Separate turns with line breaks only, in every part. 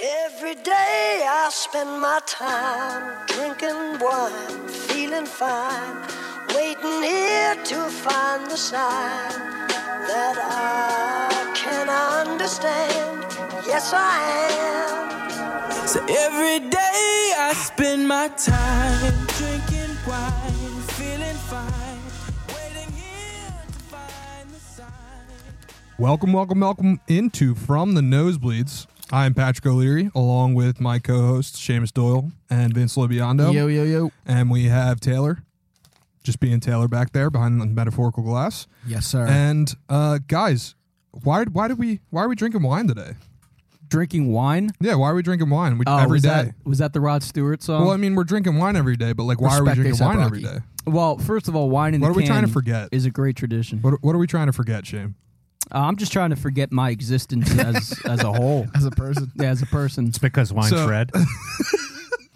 Every day I spend my time drinking wine, feeling fine, waiting here to find the sign that I can understand. Yes, I am.
So every day I spend my time drinking wine, feeling fine, waiting here to find the sign.
Welcome, welcome, welcome into From the Nosebleeds. I'm Patrick O'Leary, along with my co-hosts Seamus Doyle and Vince Lobiondo.
Yo, yo, yo.
And we have Taylor, just being Taylor back there behind the metaphorical glass.
Yes, sir.
And uh, guys, why why did we why are we drinking wine today?
Drinking wine
Yeah, why are we drinking wine we,
Oh,
every
was
day?
That, was that the Rod Stewart song?
well, I mean, we're drinking wine every day, but like, why are we
Respect
drinking
A$AP
wine every
Rocky.
day?
Well, first of all, wine in
What
the
are we trying to
can
forget?
is a great tradition.
What what are we trying to forget, Shane?
Uh, I'm just trying to forget my existence as as a whole,
as a person.
yeah, as a person.
It's because wine's
So-
red.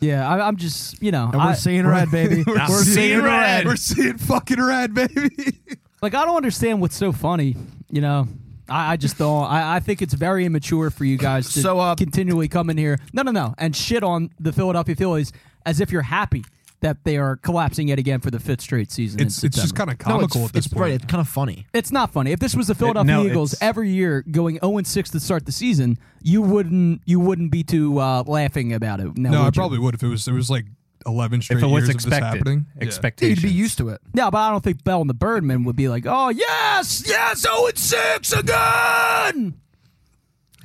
Yeah, I, I'm just you know,
And we're
I,
seeing red, baby.
We're
We're
seeing
Ah, seeing
red.
red.
We're seeing fucking red, baby.
like I don't understand what's so funny. You know, I, I just don't. I, I think it's very immature for you guys to
So, uh,
continually come in here. No, no, no, and shit on the Philadelphia Phillies as if you're happy that they are collapsing yet again for the fifth straight season. in
It's it's just
September.
kind of
No, it's,
comical at this
it's
point.
right. It's kind of funny.
It's not funny. If this was the Philadelphia
no,
Eagles
it's-
every year going 0 6 to start the season, you wouldn't you wouldn't be too uh, laughing about it. Now,
No, I
would you?
probably would if it was it was like eleven straight
if it was
years
expected,
of this happening. Yeah.
expectations.
to it.
No, but I don't think Bell and the Birdman would be like, "Oh yes, yes, 0 6 again."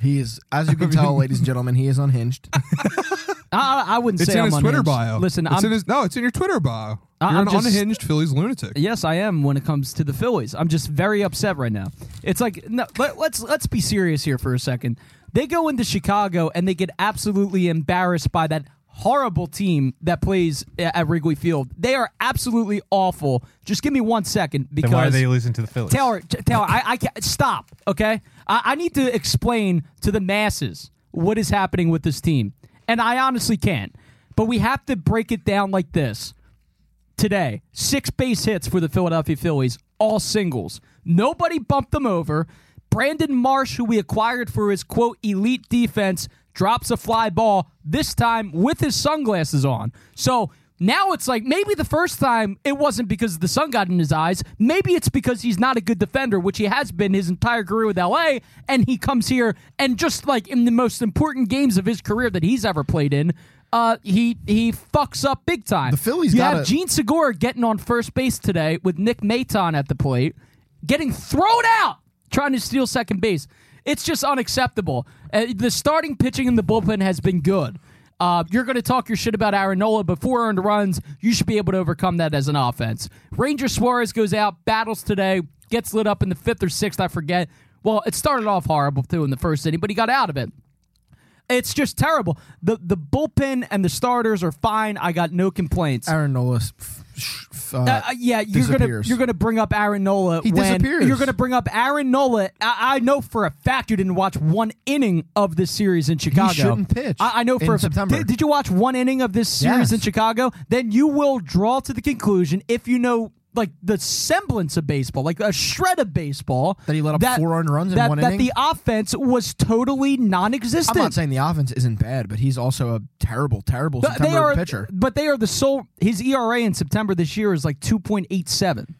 He is, as you can tell, ladies and gentlemen, he is unhinged.
I, I wouldn't
It's
say
in
I'm
his Twitter
unhinged.
bio.
Listen,
it's
I'm,
in his, no, it's in your Twitter bio.
I-
You're
I'm
an
just-
unhinged Phillies lunatic.
Yes, I am when it comes to the Phillies. I'm just very upset right now. It's like no, let, let's let's be serious here for a second. They go into Chicago and they get absolutely embarrassed by that horrible team that plays a- at Wrigley Field. They are absolutely awful. Just give me one second because
Then why are they losing to the Phillies?
Taylor, T- Taylor, I, I can't stop. Okay, I, I need to explain to the masses what is happening with this team, and I honestly can't. But we have to break it down like this today. Six base hits for the Philadelphia Phillies, all singles. Nobody bumped them over. Brandon Marsh, who we acquired for his quote elite defense, drops a fly ball, this time with his sunglasses on. So now it's like maybe the first time it wasn't because the sun got in his eyes. Maybe it's because he's not a good defender, which he has been his entire career with LA. And he comes here and just like in the most important games of his career that he's ever played in, uh, he he fucks up big time.
The Phillies
you
gotta-
have Gene Segura getting on first base today with Nick Maton at the plate, getting thrown out trying to steal second base. It's just unacceptable. Uh, the starting pitching in the bullpen has been good. Uh, you're going to talk your shit about Aaronola, but four earned runs, you should be able to overcome that as an offense. Ranger Suarez goes out, battles today, gets lit up in the fifth or sixth, I forget. Well, it started off horrible too in the first inning, but he got out of it. It's just terrible. The the bullpen and the starters are fine. I got no complaints.
Aaron Nola. f- sh- f- uh,
Uh, uh, yeah, you're gonna
disappears.
you're gonna bring up Aaron Nola.
He
when-
disappears.
You're gonna bring up Aaron Nola. I, I know for a fact you didn't watch one inning of this series in Chicago.
shouldn't pitch
I, I know for
in
a,
September.
Did, did you watch one inning of this series
Yes.
in Chicago? Then you will draw to the conclusion if you know. Like the semblance of baseball, like a shred of baseball,
That he let up four earned runs in
that,
one
that
inning?
the offense was totally non-existent.
I'm not saying the offense isn't bad, but he's also a terrible, terrible
Th-
September
they are,
pitcher.
But they are the sole. His ERA in September this year is like two point eight seven.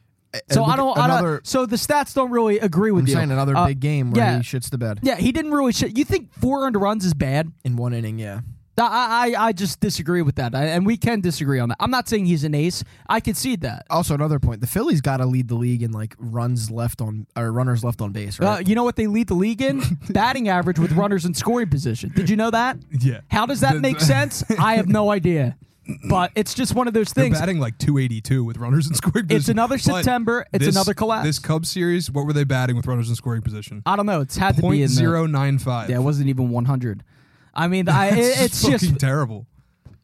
So
look
I
at
don't, I
another-
don't. So the stats don't really agree with
I'm
you.
saying another
Uh,
big game where
yeah,
he shits the bed
yeah. He didn't really. Sh- you think four earned runs is bad?
in one inning. Yeah,
I, I I just disagree with that, I, and we can disagree on that. I'm not saying he's an ace. I concede that.
also another point the phillies got to lead the league in like runs left on or runners left on base
Uh,
right
you know what they lead the league in? Batting average with runners in scoring position. Did you know that?
Yeah.
How does that
The-
make
the-
sense? I have no idea. But it's just one of those
They're
things.
batting like 282 with runners in scoring position.
It's another
But
September. It's
this-
another collapse.
This Cubs series, what were they batting with runners in scoring position?
I don't know. It's had to be in
Point
the-
zero nine five.
Yeah, it wasn't even 100. I mean, I, it- it's just
fucking terrible.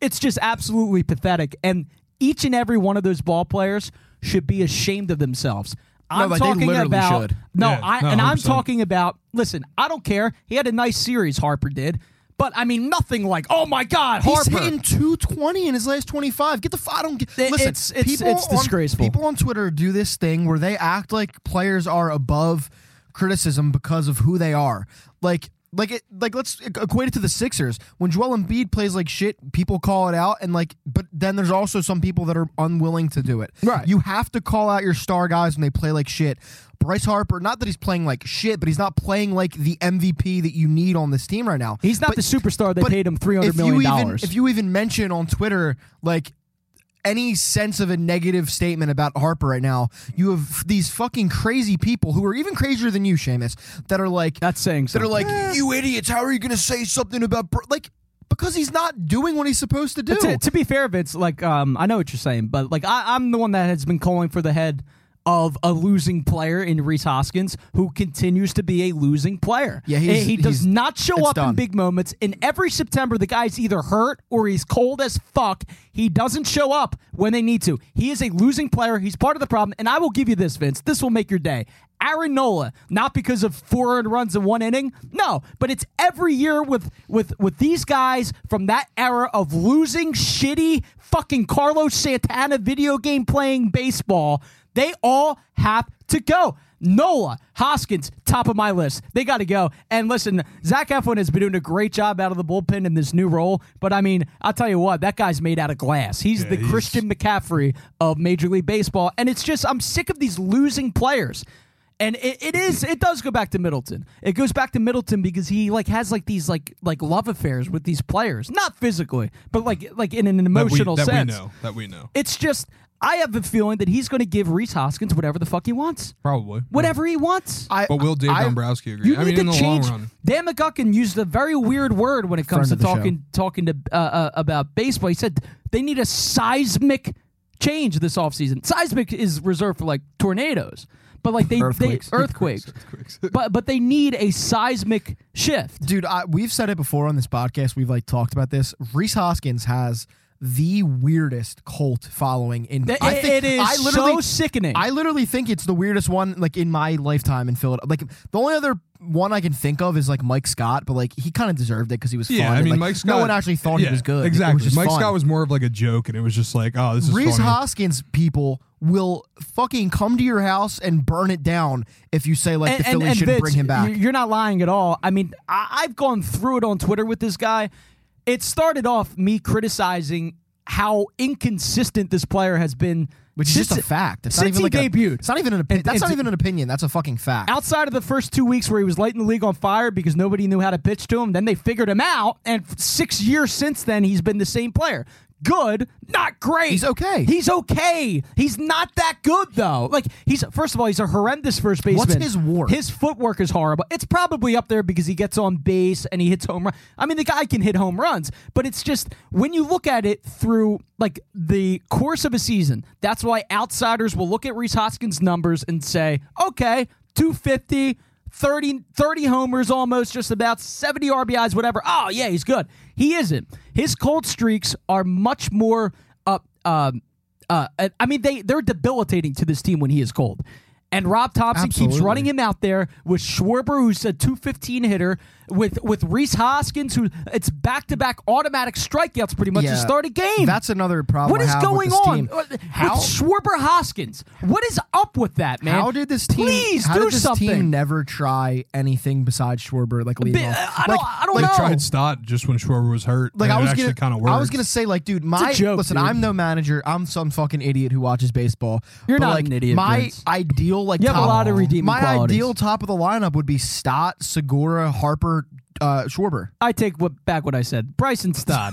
it's just absolutely pathetic. And each and every one of those ball players should be ashamed of themselves. I'm
like, they
talking
literally
about
should.
no,
Yeah,
I,
no,
and I'm
100%.
talking about. Listen, I don't care. He had a nice series. Harper did, but I mean, nothing like oh my god,
He's
Harper.
hitting 220 in his last 25. Get the f- I don't get.
It-
listen,
it's- it's-
people
it's
on-
disgraceful.
people on Twitter do this thing where they act like players are above criticism because of who they are. Like Like it, like let's e, equate it to the Sixers. When Joel Embiid plays like shit, people call it out, and like, but then there's also some people that are unwilling to do it.
Right.
You have to call out your star guys when they play like shit. Bryce Harper, not that he's playing like shit, but he's not playing like the MVP that you need on this team right now.
He's not
But-
the superstar that
but
paid him three
if
hundred
you
million
even-
dollars.
If you even mention on Twitter, like any sense of a negative statement about Harper right now, you have these fucking crazy people who are even crazier than you, Seamus, that are like
That's eh. saying
that are
something.
like you idiots. How are you going to say something about Br-? like because he's not doing what he's supposed to do?
to, to be fair, Vince, like um, I know what you're saying, but like I, I'm the one that has been calling for the head of a losing player in Reese Hoskins, who continues to be a losing player.
Yeah, he's-
And he does
he's-
not show
it's
up in
done.
big moments. And every September, the guy's either hurt or he's cold as fuck. He doesn't show up when they need to. He is a losing player. He's part of the problem. And I will give you this, Vince. This will make your day. Aaron Nola, not because of four earned runs in one inning, no, but it's every year with with with these guys from that era of losing shitty fucking Carlos Santana video game playing baseball. They all have to go. Nola, Hoskins, top of my list. They got to go. And listen, Zach Eflin has been doing a great job out of the bullpen in this new role. But I mean, I'll tell you what, that guy's made out of glass. He's the
he's-
Christian McCaffrey of Major League Baseball. And it's just, I'm sick of these losing players. And it, it is it does go back to Middleton. It goes back to Middleton because he like has like these like like love affairs with these players, not physically, but like like in an
that we,
emotional
that we
sense.
know. That we know.
It's just I have the feeling that he's going to give Reese Hoskins whatever the fuck he wants,
Probably.
whatever he wants.
I,
But will Dave
I-
Dombrowski agree?
you
I
need
mean, in
to
the
change.
long run.
Dan McGuckin used a very weird word when it comes
Friend
to
of the
talking talking to uh, uh, about baseball. He said they need a seismic change this offseason. Seismic is reserved for like tornadoes, but like they
Earthquakes.
they, earthquakes.
Earthquakes.
but but they need a seismic shift.
dude, I, we've said it before on this podcast. We've like talked about this. Reese Hoskins has the weirdest cult following in.
It,
I think
it is
I literally
so sickening.
I literally think it's the weirdest one like in my lifetime in Philadelphia. Like the only other one I can think of is like Mike Scott, but like he kind of deserved it because he was
Yeah, I
fun. and,
mean,
like,
Mike Scott.
No one actually thought
yeah,
he was good. It was
Exactly.
just
Mike
fun.
Scott was more of like a joke, and it was just like, oh, this is
Reese
funny.
Hoskins. People will fucking come to your house and burn it down if you say like the Phillies shouldn't
Vince,
bring him back.
you- You're not lying at all. I mean, I, I've gone through it on Twitter with this guy. It started off me criticizing how inconsistent this player has been,
which is just
since-
a fact. It's not
since
even like
he
an-
debuted.
it's not even an opinion.
And-
That's
and
not
to-
even an opinion. That's a fucking fact.
outside of the first two weeks where he was lighting the league on fire because nobody knew how to pitch to him, then they figured him out. And f- six years since then, he's been the same player. Good, not great.
He's okay.
He's okay. He's not that good though. Like he's first of all, he's a horrendous first baseman.
his WAR?
His footwork is horrible. It's probably up there because he gets on base and he hits home run. I mean, the guy can hit home runs, but it's just when you look at it through like the course of a season, that's why outsiders will look at Reese Hoskins' numbers and say, okay, 250, 30, 30 homers almost, just about 70 RBIs, whatever. Oh, yeah, he's good. He isn't. His cold streaks are much more up. Um, uh, I mean, they they're debilitating to this team when he is cold. And Rob Thompson keeps
Absolutely.
running him out there with Schwarber, who's a 215 hitter, with with Reese Hoskins, who it's back to back automatic strikeouts pretty much
Yeah.
to start a game.
That's another problem.
what
I
is
have
going
with this
on
team.
With
How
Schwarber Hoskins? What is up with that man?
How did this team?
Please
how
do
did this
something.
team never try anything besides Schwarber? Like, leading
Bi-
off?
I don't,
like,
I don't
They
know.
tried Stott just when Schwarber was hurt.
like
and
I
it
was
actually
gonna,
kind of
I was gonna say, like, dude, my
joke,
listen,
dude.
I'm no manager. I'm some fucking idiot who watches baseball.
You're
But,
not
like,
an idiot,
My
Vince.
ideal, like,
You have a
top-
lot of redeeming
My
qualities.
ideal top of the lineup would be Stott, Segura, Harper, uh, Schwarber.
I take what back what I said. Bryson Stott.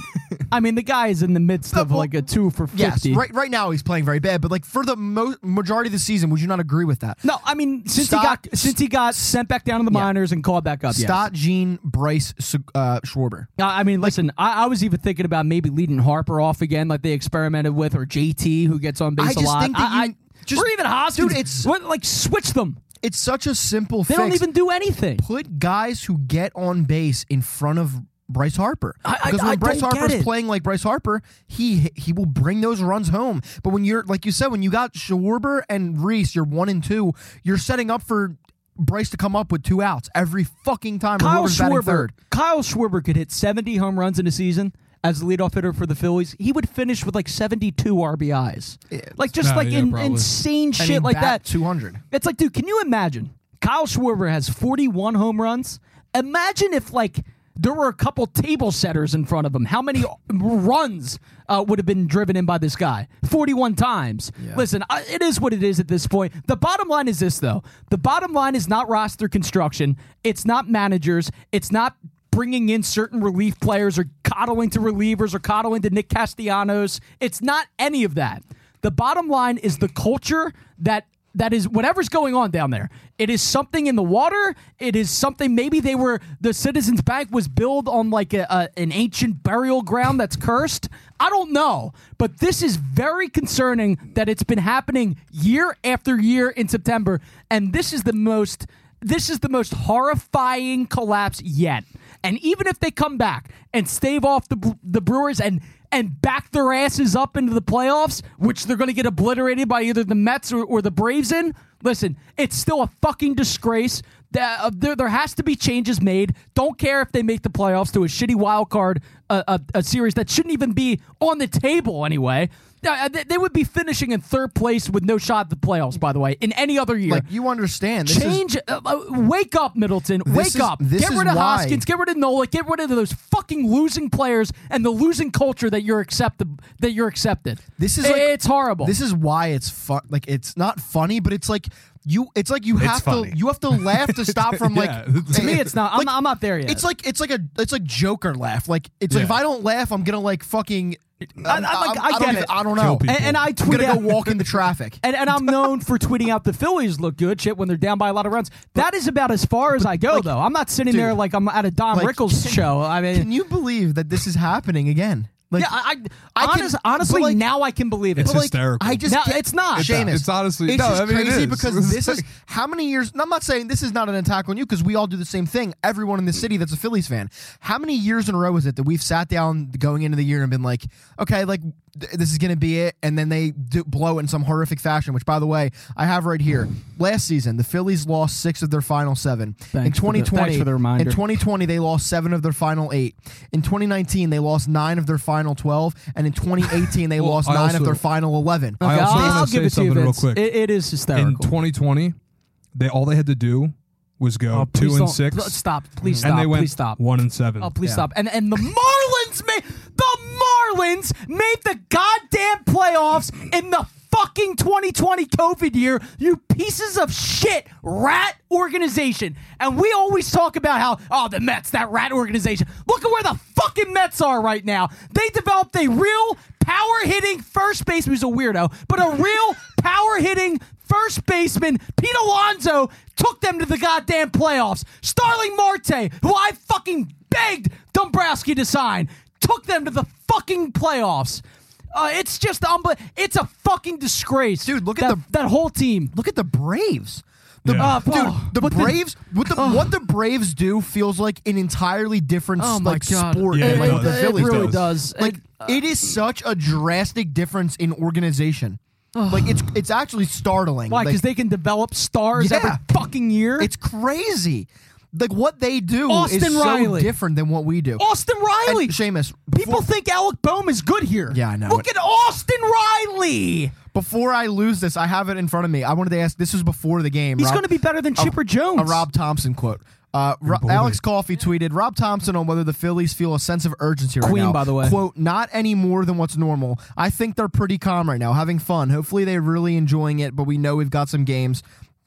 I mean, the guy is in the midst of
well,
like a two for
Yes,
fifty.
right. Right now he's playing very bad, but like for the mo- majority of the season, would you not agree with that?
No, I mean since
Stott-
he got since he got sent back down to the minors and called back up. yes.
Stott, Gene, Bryce, Seg- uh, Schwarber.
I I mean, listen, I, I was even thinking about maybe leading Harper off again, like they experimented with, or JT who gets on base
I
a
just
lot.
think that
I,
you-
I-
just-
or even Hoskins.
Dude, it's-
What- like switch them.
It's such a simple.
They
fix.
don't even do anything.
put guys who get on base in front of Bryce Harper.
I- I-
Because when
I
Bryce
don't get
Harper's
it.
playing like Bryce Harper, he he will bring those runs home. But when you're like you said, when you got Schwarber and Reese, you're one and two. You're setting up for Bryce to come up with two outs every fucking time. when
Kyle
whoever's batting
Schwarber.
third.
Kyle Schwarber could hit seventy home runs in a season. As the leadoff hitter for the Phillies, he would finish with like seventy-two RBIs, like just
No,
like
yeah,
in,
probably.
insane
I
shit
mean,
like
bat
that.
200.
It's like, dude, can you imagine? Kyle Schwarber has 41 home runs Imagine if like there were a couple table setters in front of him. How many runs uh, would have been driven in by this guy? Forty-one times. Listen, I, it is what it is at this point. The bottom line is this, though. The bottom line is not roster construction. It's not managers. It's not bringing in certain relief players or coddling to relievers or coddling to Nick Castellanos. It's not any of that. The bottom line is the culture that that is whatever's going on down there. It is something in the water. It is something. Maybe they were the Citizens Bank was built on like a, a- an ancient burial ground that's cursed. I don't know, but this is very concerning that it's been happening year after year in September, and this is the most this is the most horrifying collapse yet. And even if they come back and stave off the Bre- the Brewers and and back their asses up into the playoffs, which they're going to get obliterated by either the Mets or, or the Braves in, listen, it's still a fucking disgrace. The- uh, There, there has to be changes made. Don't care if they make the playoffs to a shitty wild card uh, a, a series that shouldn't even be on the table anyway. Uh, They they would be finishing in third place with no shot at the playoffs, by the way, in any other year.
Like you understand, this is
Change. uh, uh, wake up, Middleton. Wake
is-
up.
this
Get
is
rid of
why-
Hoskins. Get rid of Nola. Get rid of those fucking losing players and the losing culture that you're accepted. That you're accepted.
This is
I-
like-
it's horrible.
This is why it's fun. Like it's not funny, but it's like you. It's like you have
funny.
to. You have to laugh to stop from like.
Yeah.
to me. It's not. I'm,
like,
I'm not there yet.
It's like it's like a it's like Joker laugh. Like it's like
Yeah.
if I don't laugh, I'm gonna like fucking. I,
I'm like, I
don't
get
even-
it.
I don't
Kill
know.
people.
and, and I
I'm
tweet
gonna
out.
go walk into traffic.
and, and I'm known for tweeting out the Phillies look good shit when they're down by a lot of runs. That is about as far as I go, though. I'm not sitting there
dude,
like I'm at a Don
like,
Rickles
can-
show. I mean,
Can you believe that this is happening again? Like,
yeah, I, I,
I can-
honest-
but
honestly,
like-
now I can believe it.
It's
But like,
hysterical.
I just
No,
can't-
it's not. It's-
Seamus,
it's honestly- no,
just
I mean, it
crazy
is.
because this is how many years. and I'm not saying this is not an attack on you because we all do the same thing. Everyone in the city that's a Phillies fan. How many years in a row is it that we've sat down going into the year and been like, okay, like th- this is going to be it, and then they do blow it in some horrific fashion. Which, by the way, I have right here. Last season, the Phillies lost six of their final seven. in
Thanks for the-
2020,
thanks for the reminder.
in 2020 they lost seven of their final eight. In 2019 they lost nine of their final 12, and in 2018 they lost
I
nine of
also-
their final 11.
I
Okay,
also
I'll,
wanna
I'll
say
give it to you,
something real
Vince.
quick.
It, it is hysterical.
in 2020, they all they had to do was go
Oh,
two
please
and
don't-
six,
pl- Stop! Please stop!
and they went
please stop!
one and seven.
Oh, please stop! And and the Marlins made the Marlins made the goddamn playoffs in the fucking 2020 COVID year. You pieces of shit rat organization. And we always talk about how oh the Mets that rat organization. Look at where the fucking Mets are right now. They developed a real power hitting first baseman who's a weirdo, but a real power hitting first baseman Pete Alonso took them to the goddamn playoffs. Starling Marte, who I fucking begged Dombrowski to sign, took them to the fucking playoffs. Uh, it's just unbel- It's a fucking disgrace,
Dude, look
that,
at the-
that whole team.
Look at the Braves. The,
Yeah.
Uh,
dude,
oh,
the
what the-
Braves. what the what the Braves do feels like an entirely different
Oh
s-
my
like
God.
sport.
Yeah,
than,
it
like,
does.
the
It
Phillies
really
do.
does.
Like
It- uh,
it is such a drastic difference in organization. Like it's it's actually startling.
Why?
Like,
Because they can develop stars
Yeah.
every fucking year.
it's crazy. Like what they do
Austin
is so
Riley.
different than what we do.
Austin
And
Riley.
Seamus,
People think Alec Bohm is good here.
Yeah, I know.
Look at Austin Riley.
Before I lose this, I have it in front of me. I wanted to ask. This was before the game.
He's
Rob-
going to be better than Chipper Jones.
a Rob Thompson quote. Uh, Ro-
boy.
Alex Coffey tweeted Rob Thompson on whether the Phillies feel a sense of urgency right
Queen,
now.
by the way.
quote not any more than what's normal. I think they're pretty calm right now, having fun. Hopefully they're really enjoying it, but we know we've got some games.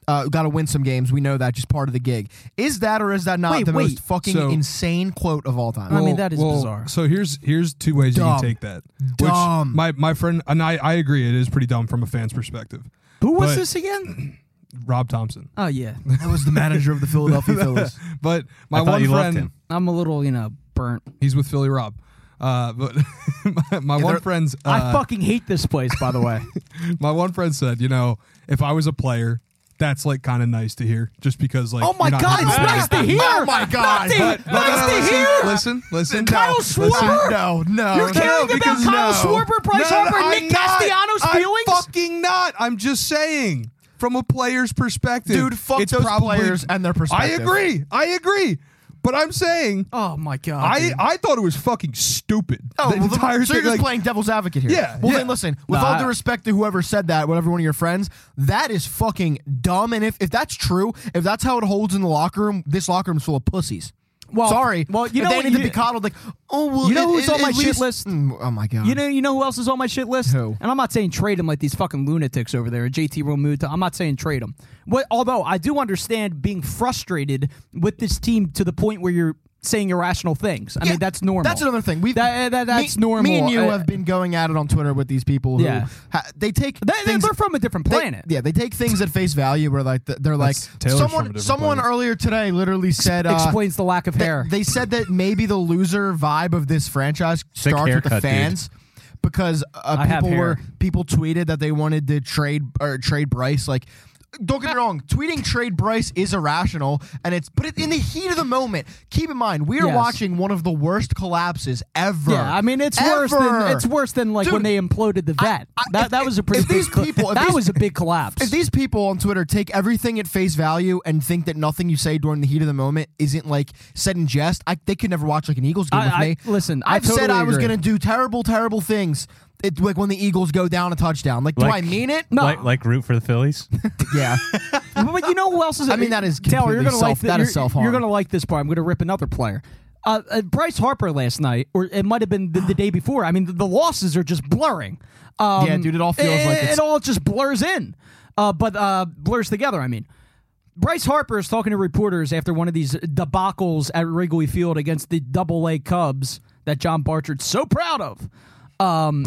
Uh, got to win some games. We know that, just part of the gig. Is that or is that not
Wait,
the
wait.
most fucking
So-
insane quote of all time?
I mean, that is bizarre.
So here's here's two ways you
Dumb.
can take that.
Dumb.
Which my my friend and I I agree it is pretty dumb from a fan's perspective.
Who was
But-
this again?
Rob Thompson,
Oh yeah,
that was the manager of the Philadelphia Phillies.
but my
thought
one
you loved
friend
him.
I'm a little you know burnt.
he's with Philly Rob. Uh, but my, my one
they're-
friend's uh,
I fucking hate this place, by the way.
my one friend said, you know, if I was a player, that's like kind of nice to hear, just because like.
oh my
you're not
god, it's
really-
nice to hear.
Oh my God.
nice
But
to,
no, no,
nice
no,
to
listen,
hear.
listen, listen.
Kyle
listen.
Schwarber?
no, no,
You're
no,
caring about
because
Kyle Schwarber, Bryce
No, no,
Harper,
I'm
Nick
not.
Castellanos'
I'm
feelings?
fucking not. I'm just saying from a player's perspective.
Dude, fuck
it's
those
probably-
players and their
I
perspective.
agree. I agree. But I'm saying
Oh my god!
I
dude.
I thought it was fucking stupid.
Oh,
the
well, the-
entire
so
thing,
you're just
like,
playing devil's advocate here.
Yeah,
Well,
yeah.
then listen. With
Nah,
all
I-
due respect to whoever said that, whatever one of your friends, that is fucking dumb. And if if that's true, if that's how it holds in the locker room, this locker room's full of pussies.
Well,
sorry.
well, you
If
know
they
what
need to
you-
be coddled. Like, oh well.
You know
at-
who's
at-
on my
at
shit
least-
list?
Mm, oh my god.
You know, you know who else is on my shit list?
Who?
And I'm not saying trade him like these fucking lunatics over there, JT Realmuto. I'm not saying trade him. What, although I do understand being frustrated with this team to the point where you're saying irrational things. I
Yeah,
mean, that's normal.
That's another thing. We
That- eh, that- that's
me,
normal.
Me and you
Uh,
have been going at it on Twitter with these people. Who
Yeah.
ha- they take
They, they-
things
they're from a different
They-
planet.
yeah, they take things at face value. Where like th- they're like
That's- Taylor's from a
someone.
different
Someone
planet.
earlier today literally said uh,
Explains the lack of
that-
hair.
They said that maybe the loser vibe of this franchise
Sick
starts with the
haircut, dude.
fans. Because uh,
I have
people were
hair.
people tweeted that they wanted to trade or trade Bryce. Like, don't get me wrong, tweeting trade Bryce is irrational, and it's but it, in the heat of the moment. Keep in mind, we are
Yes.
watching one of the worst collapses ever.
yeah, I mean it's worse
Ever.
than it's worse than like when
Dude,
they imploded the vet.
I-
that
if-
that was a pretty
if
big
these
colla-
people- if
that
these-
was a big collapse.
If these people on Twitter take everything at face value and think that nothing you say during the heat of the moment isn't like said in jest, I, they could never watch like an Eagles game
I-
with
I-
me.
listen, I
have said
totally
I was
agree.
going to do terrible, terrible things. It, like when the Eagles go down a touchdown. Like, do I
Like-
mean it?
No.
Like, like root for the Phillies.
Yeah.
but you know who else is?
I mean, that is
Taylor. You're
completely
gonna like
self- that is
you're-
self-harm.
You're gonna like this part. I'm gonna rip another player. Uh, uh, Bryce Harper last night, or it might have been the, the day before. I mean, the, the losses are just blurring. Um,
Yeah, dude, it all feels like it's-
it all just blurs in, uh, but uh, blurs together. I mean. Bryce Harper is talking to reporters after one of these debacles at Wrigley Field against the Double A Cubs that John Barchard's so proud of. Um,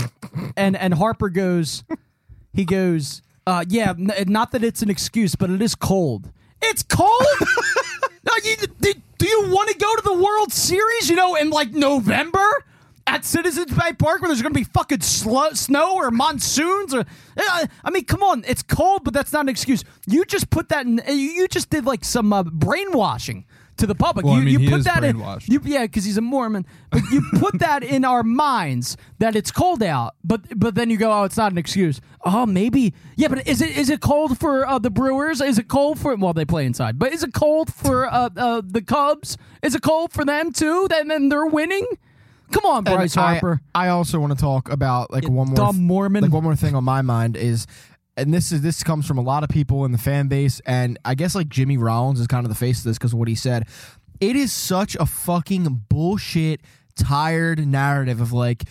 and and Harper goes, he goes, uh, yeah, n- not that it's an excuse, but it is cold. It's cold. no, you, do, do you want to go to the World Series? You know, in like November at Citizens Bank Park, where there's going to be fucking sl- snow or monsoons, or Uh, I mean, come on, it's cold, but that's not an excuse. You just put that in. uh, You you just did like some uh, brainwashing. To the public,
Well, I
you,
mean,
you
he
put
is
that in.
brainwashed.
You, yeah, because he's a Mormon. But you put that in our minds that it's cold out. But but then you go, oh, it's not an excuse. Oh, maybe. Yeah, but is it is it cold for uh, the Brewers? Is it cold for well, they play inside. But is it cold for uh, uh, the Cubs? Is it cold for them too? Then then they're winning. Come on,
And
Bryce
I-
Harper.
I, also want to talk about like
You
one more
dumb Mormon.
Like one more thing on my mind is, and this is this comes from a lot of people in the fan base, and I guess like Jimmy Rollins is kind of the face of this because of what he said. It is such a fucking bullshit, tired narrative of like.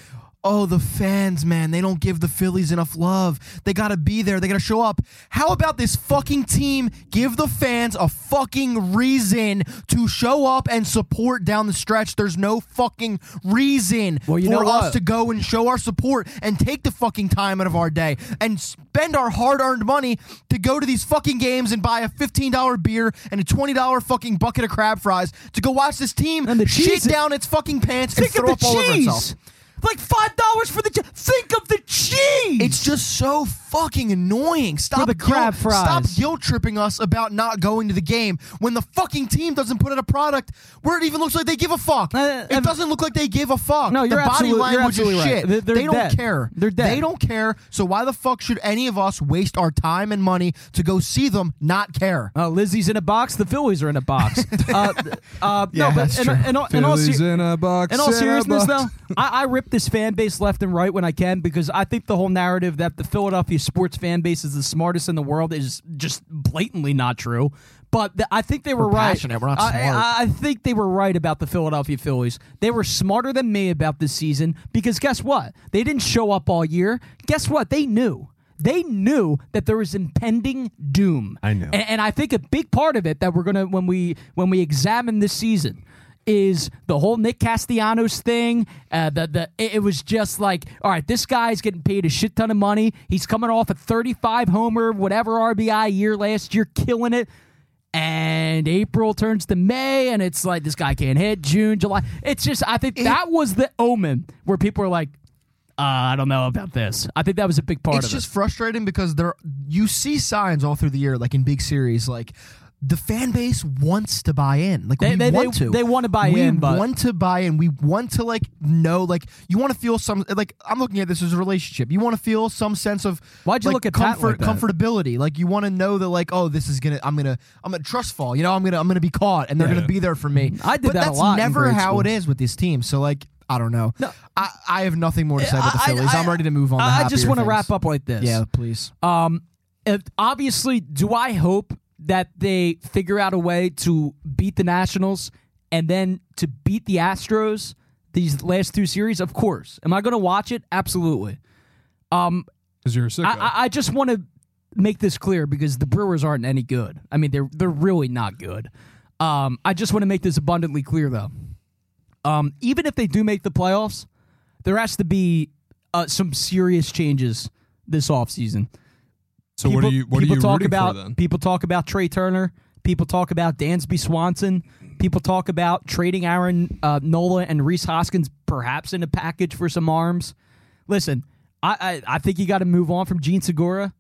Oh, the fans, man, they don't give the Phillies enough love. They got to be there. They got to show up. How about this fucking team give the fans a fucking reason to show up and support down the stretch? There's no fucking reason
Well, you
for
know
us
what?
to go and show our support and take the fucking time out of our day and spend our hard-earned money to go to these fucking games and buy a $15 beer and a $20 fucking bucket of crab fries to go watch this team
And the
shit
cheese-
down its fucking pants and
Think
throw
of
up
the
all over itself.
cheese. Like five dollars for the. che- Think of the cheese.
It's just so fucking annoying. Stop
the crab
guilt, Stop
fries.
guilt tripping us about not going to the game when the fucking team doesn't put out a product where it even looks like they give a fuck.
Uh,
it
and-
doesn't look like they give a fuck.
No, you're
the body
absolute- you're
language
absolutely
is
right.
shit.
They're- they're
They don't
dead.
care.
They're dead.
They don't care. So why the fuck should any of us waste our time and money to go see them? Not care.
Uh, Lizzie's in a box. The Phillies are in a box. uh, uh, no,
Yeah,
but
that's
in,
true.
in all- in all
Phillies
ser-
in a box,
in all
in a
seriousness, though,
box.
I, I rip this fan base left and right when I can because I think the whole narrative that the Philadelphia sports fan base is the smartest in the world is just blatantly not true. But th- I think they were right.
passionate, we're not
I-
smart.
I, I think they were right about the Philadelphia Phillies. They were smarter than me about this season because guess what? They didn't show up all year. Guess what? They knew. They knew that there was impending doom.
I know.
And, and I think a big part of it that we're gonna when we when we examine this season is the whole Nick Castellanos thing. Uh, the the it it was just like, all right, this guy's getting paid a shit ton of money. He's coming off a 35 homer, whatever RBI year last year, killing it. And April turns to May, and it's like this guy can't hit. June, July. It's just I think that was the omen where people are like, uh, I don't know about this. I think that was a big part
it's
of it.
just frustrating because there you see signs all through the year like in big series like the fan base wants to buy in. Like
They-
we
they-
want
they-
to.
they wanna buy
we
in, but-
want to buy in. We want to like know. Like you want to feel some. Like I'm looking at this as a relationship. You want to feel some sense of.
Why'd you
like,
look at Pat like
comfort,
that?
comfortability? Like you want to know that. Like oh, this is gonna. I'm gonna. I'm gonna trust fall. You know, I'm gonna. I'm gonna be caught, and they're gonna be there for me.
Mm-hmm. I did
but
that a
that's
lot in
Never
grade
how
school.
it is with these teams. So like. I don't know. No, I, I have nothing more to say about the Phillies. I, am ready to move on. to
I just
happier
want to
things.
wrap up like this.
Yeah, please.
Um, if- obviously, do I hope that they figure out a way to beat the Nationals and then to beat the Astros these last two series? Of course. Am I going to watch it? Absolutely.
Because you're a sicko.
I, I, I just want to make this clear because the Brewers aren't any good. I mean, they're they're really not good. Um, I just want to make this abundantly clear, though. Um, even if they do make the playoffs, there has to be uh, some serious changes this offseason.
so what are you? What are
people
you
talk
rooting
about
for then?
people talk about Trey Turner. People talk about Dansby Swanson. People talk about trading Aaron uh, Nola and Reese Hoskins, perhaps in a package for some arms. Listen, I I, I think you got to move on from Gene Segura.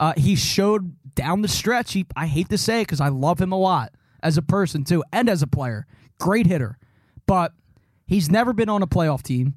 Uh, he showed down the stretch. He, I hate to say it because I love him a lot as a person too, and as a player. Great hitter, but he's never been on a playoff team,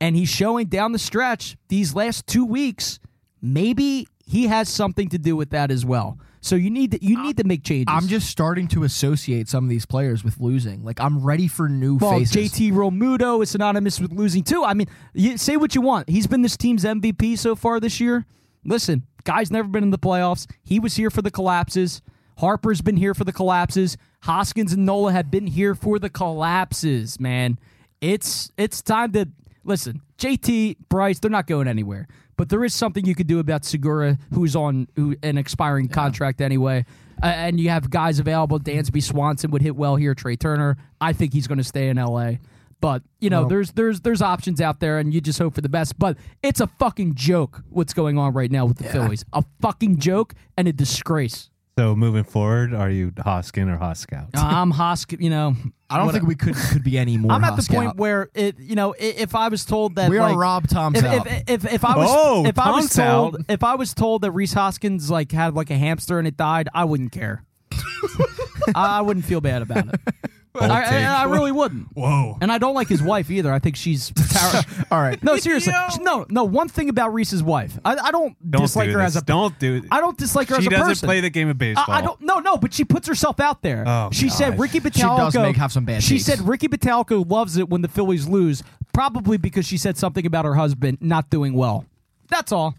and he's showing down the stretch these last two weeks. Maybe he has something to do with that as well. So you need to, you need to make changes.
I'm just starting to associate some of these players with losing. Like I'm ready for new
Well,
faces.
JT Romuto is synonymous with losing too. I mean, you, say what you want. He's been this team's MVP so far this year. Listen, guy's never been in the playoffs. He was here for the collapses. Harper's been here for the collapses. Hoskins and Nola have been here for the collapses. Man, it's it's time to listen. JT Bryce, they're not going anywhere. But there is something you could do about Segura, who's on who, an expiring contract anyway. Uh, and you have guys available. Dansby Swanson would hit well here. Trey Turner, I think he's going to stay in L.A. But you know, there's there's there's options out there, and you just hope for the best. But it's a fucking joke what's going on right now with the Phillies. A fucking joke and a disgrace.
So moving forward, are you Hoskin or Hoscout?
Uh, I'm Hosk. You know,
I don't think we could could be any more.
I'm at the
Hoskins.
point where it. You know, i- if I was told that
we are
like,
Rob Tom's
if,
out.
if, if, if I was
Oh,
if I was
Tom's
told
out.
if I was told that Reese Hoskins like had like a hamster and it died, I wouldn't care. I I wouldn't feel bad about it. I, I, I really wouldn't.
Whoa.
And I don't like his wife either. I think she's terri-
All right.
no seriously. No, no. One thing about Reese's wife, I, I don't,
don't
dislike
do
her
this.
as a
don't do.
I don't dislike her
She
as a
doesn't
person.
play the game
I,
of baseball.
I don't. No, no. But she puts herself out there.
Oh,
she said
God.
Ricky Batalco.
does make- have some bad
She
takes.
said Ricky Batalco loves it when the Phillies lose, probably because she said something about her husband not doing well. That's all.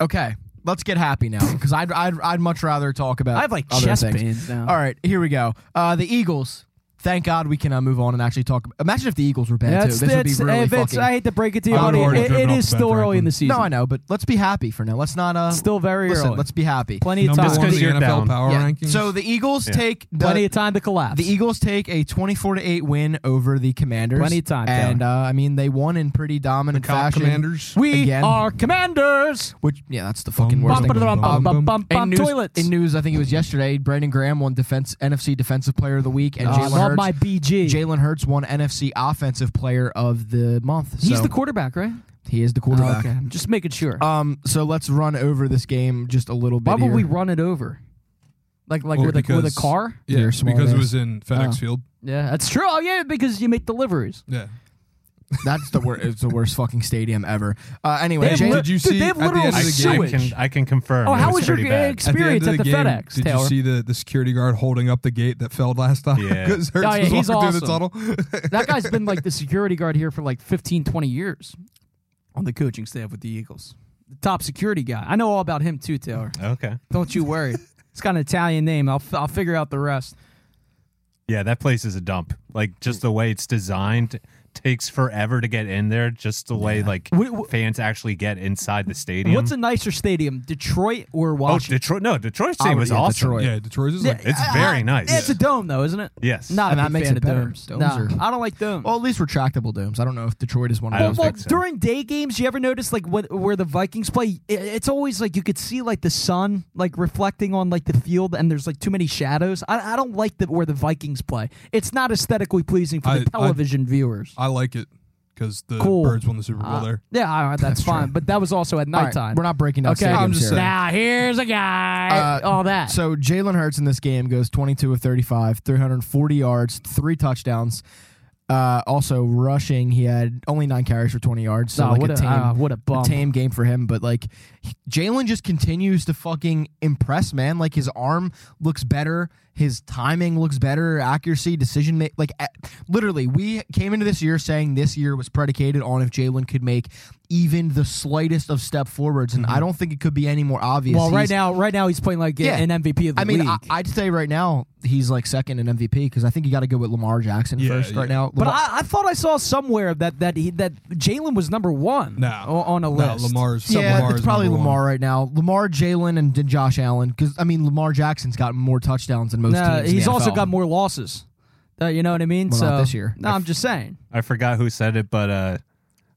Okay, let's get happy now because I'd, I'd I'd much rather talk about.
I have, like,
other
chest
things.
pains now.
All right, here we go. Uh, the Eagles. Thank God we can uh, move on and actually talk. Imagine if the Eagles were bad
That's,
too. This would
that's,
be really
eh, Vince,
fucking.
I hate to break it to you,
I would've
buddy.
already
It,
driven
it
off
is
to Ben
still early in
Franklin.
the season.
no, I know, but let's be happy for now. Let's not. Uh,
Still very
listen,
early.
Let's be happy.
Plenty of
Number
time.
one in the
Because you're
NFL
down.
power
Yeah.
rankings.
So the Eagles take the,
Plenty of time to collapse.
The Eagles take a 24 to 8 win over the Commanders.
Plenty of time,
And uh,
Taylor.
I mean, they won in pretty dominant
Cop
fashion.
commanders.
we
again.
are commanders.
Which, yeah, that's the fucking worst
Bum,
thing.
bum, bum, bum, bum, bum,
in,
bum,
news,
toilets.
in news, I think it was yesterday, Brandon Graham won defense NFC Defensive Player of the Week, and
Oh, I
Jalen
love
Hurts.
my BG.
Jalen Hurts won NFC Offensive Player of the Month.
He's
So
the quarterback, right?
he is the quarterback.
Okay, I'm just making sure.
Um, so let's run over this game just a little bit.
Why would
here.
we run it over? Like like
Well,
with, a, with
because-
a car?
Yeah,
You're a smart
because it
ass.
was in FedEx
Oh.
Field.
Yeah, that's true. Oh yeah, because you make deliveries.
Yeah.
That's the worst. it's the worst fucking stadium ever. Uh, anyway,
They
Jalen-
li-
Did you
Dude,
see
they
at the
literally
end
I,
of the
I
game?
sewage.
can. I can confirm.
Oh,
It
how was your
pretty
uh,
bad.
experience at the,
game,
FedEx,
Did
Taylor?
you see the, the security guard holding up the gate that fell last time?
Yeah.
Because Hurts
Oh, yeah,
was
he's
walking through
awesome.
the tunnel.
that guy's been like the security guard here for like 15, 20 years on the coaching staff with the Eagles. The top security guy. I know all about him too, Taylor.
Okay.
Don't you worry. it's got an Italian name. I'll, I'll figure out the rest.
Yeah, that place is a dump. Like just the way it's designed takes forever to get in there. Just the way like
Wh- wh-
fans actually get inside the
Mm-hmm.
stadium.
What's a nicer stadium, Detroit or
oh
Washington?
Detroit? No, Detroit's
I
team
would-
was
yeah,
awesome.
Detroit.
yeah, Detroit's is
Yeah,
like
It's very nice.
It's a dome, though, isn't it?
Yes.
Not
And
a
that
big
makes
fan
it
of
better.
domes.
Domes
Nah,
are-
I don't like domes.
Well, at least retractable domes. I don't know if Detroit is one of
I
those.
don't
well,
think so.
during day games, you ever notice like what, where the Vikings play? i- It's always like you could see like the sun like reflecting on like the field, and there's like too many shadows. I, I don't like the where the Vikings play. It's not aesthetically pleasing for the
I- I-
television viewers.
I like it. because the
Cool. Uh,
Birds won the Super Bowl there.
Yeah, all right, that's, fine. But that was also at
All right,
nighttime.
we're not breaking down
Okay.
stadiums
I'm
just
here.
saying.
Now Ah, here's a guy.
Uh,
all that.
So Jalen Hurts in this game goes 22 of 35, 340 yards, three touchdowns. Uh, also rushing, he had only nine carries for 20 yards. So
Oh,
like
what
a
a-
tame,
ah, what a bum.
tame game for him. But like he- Jalen just continues to fucking impress, man. Like his arm looks better, his timing looks better, accuracy, decision make. Like eh, literally, we came into this year saying this year was predicated on if Jalen could make even the slightest of step forwards, and I don't think it could be any more obvious.
Mm-hmm. well, right
He's-
now, right now he's playing like a-
Yeah.
an MVP of the
I mean,
league.
I, I'd say right now he's like second in MVP because I think you got to go with Lamar Jackson
Yeah,
first right
yeah.
now.
but
Lamar-
I, I thought I saw somewhere that that he, that Jalen was number one.
No,
o- on a
No,
list.
Lamar's
yeah,
Lamar's
it's probably
number one.
Lamar right now. Lamar, Jalen, and then Josh Allen because I mean Lamar Jackson's got more touchdowns than most
Nah,
teams. in
he's
the
also
NFL.
got more losses. Uh, you know what I mean?
Well,
so
not this year.
No, I'm just saying.
I forgot who said it, but uh,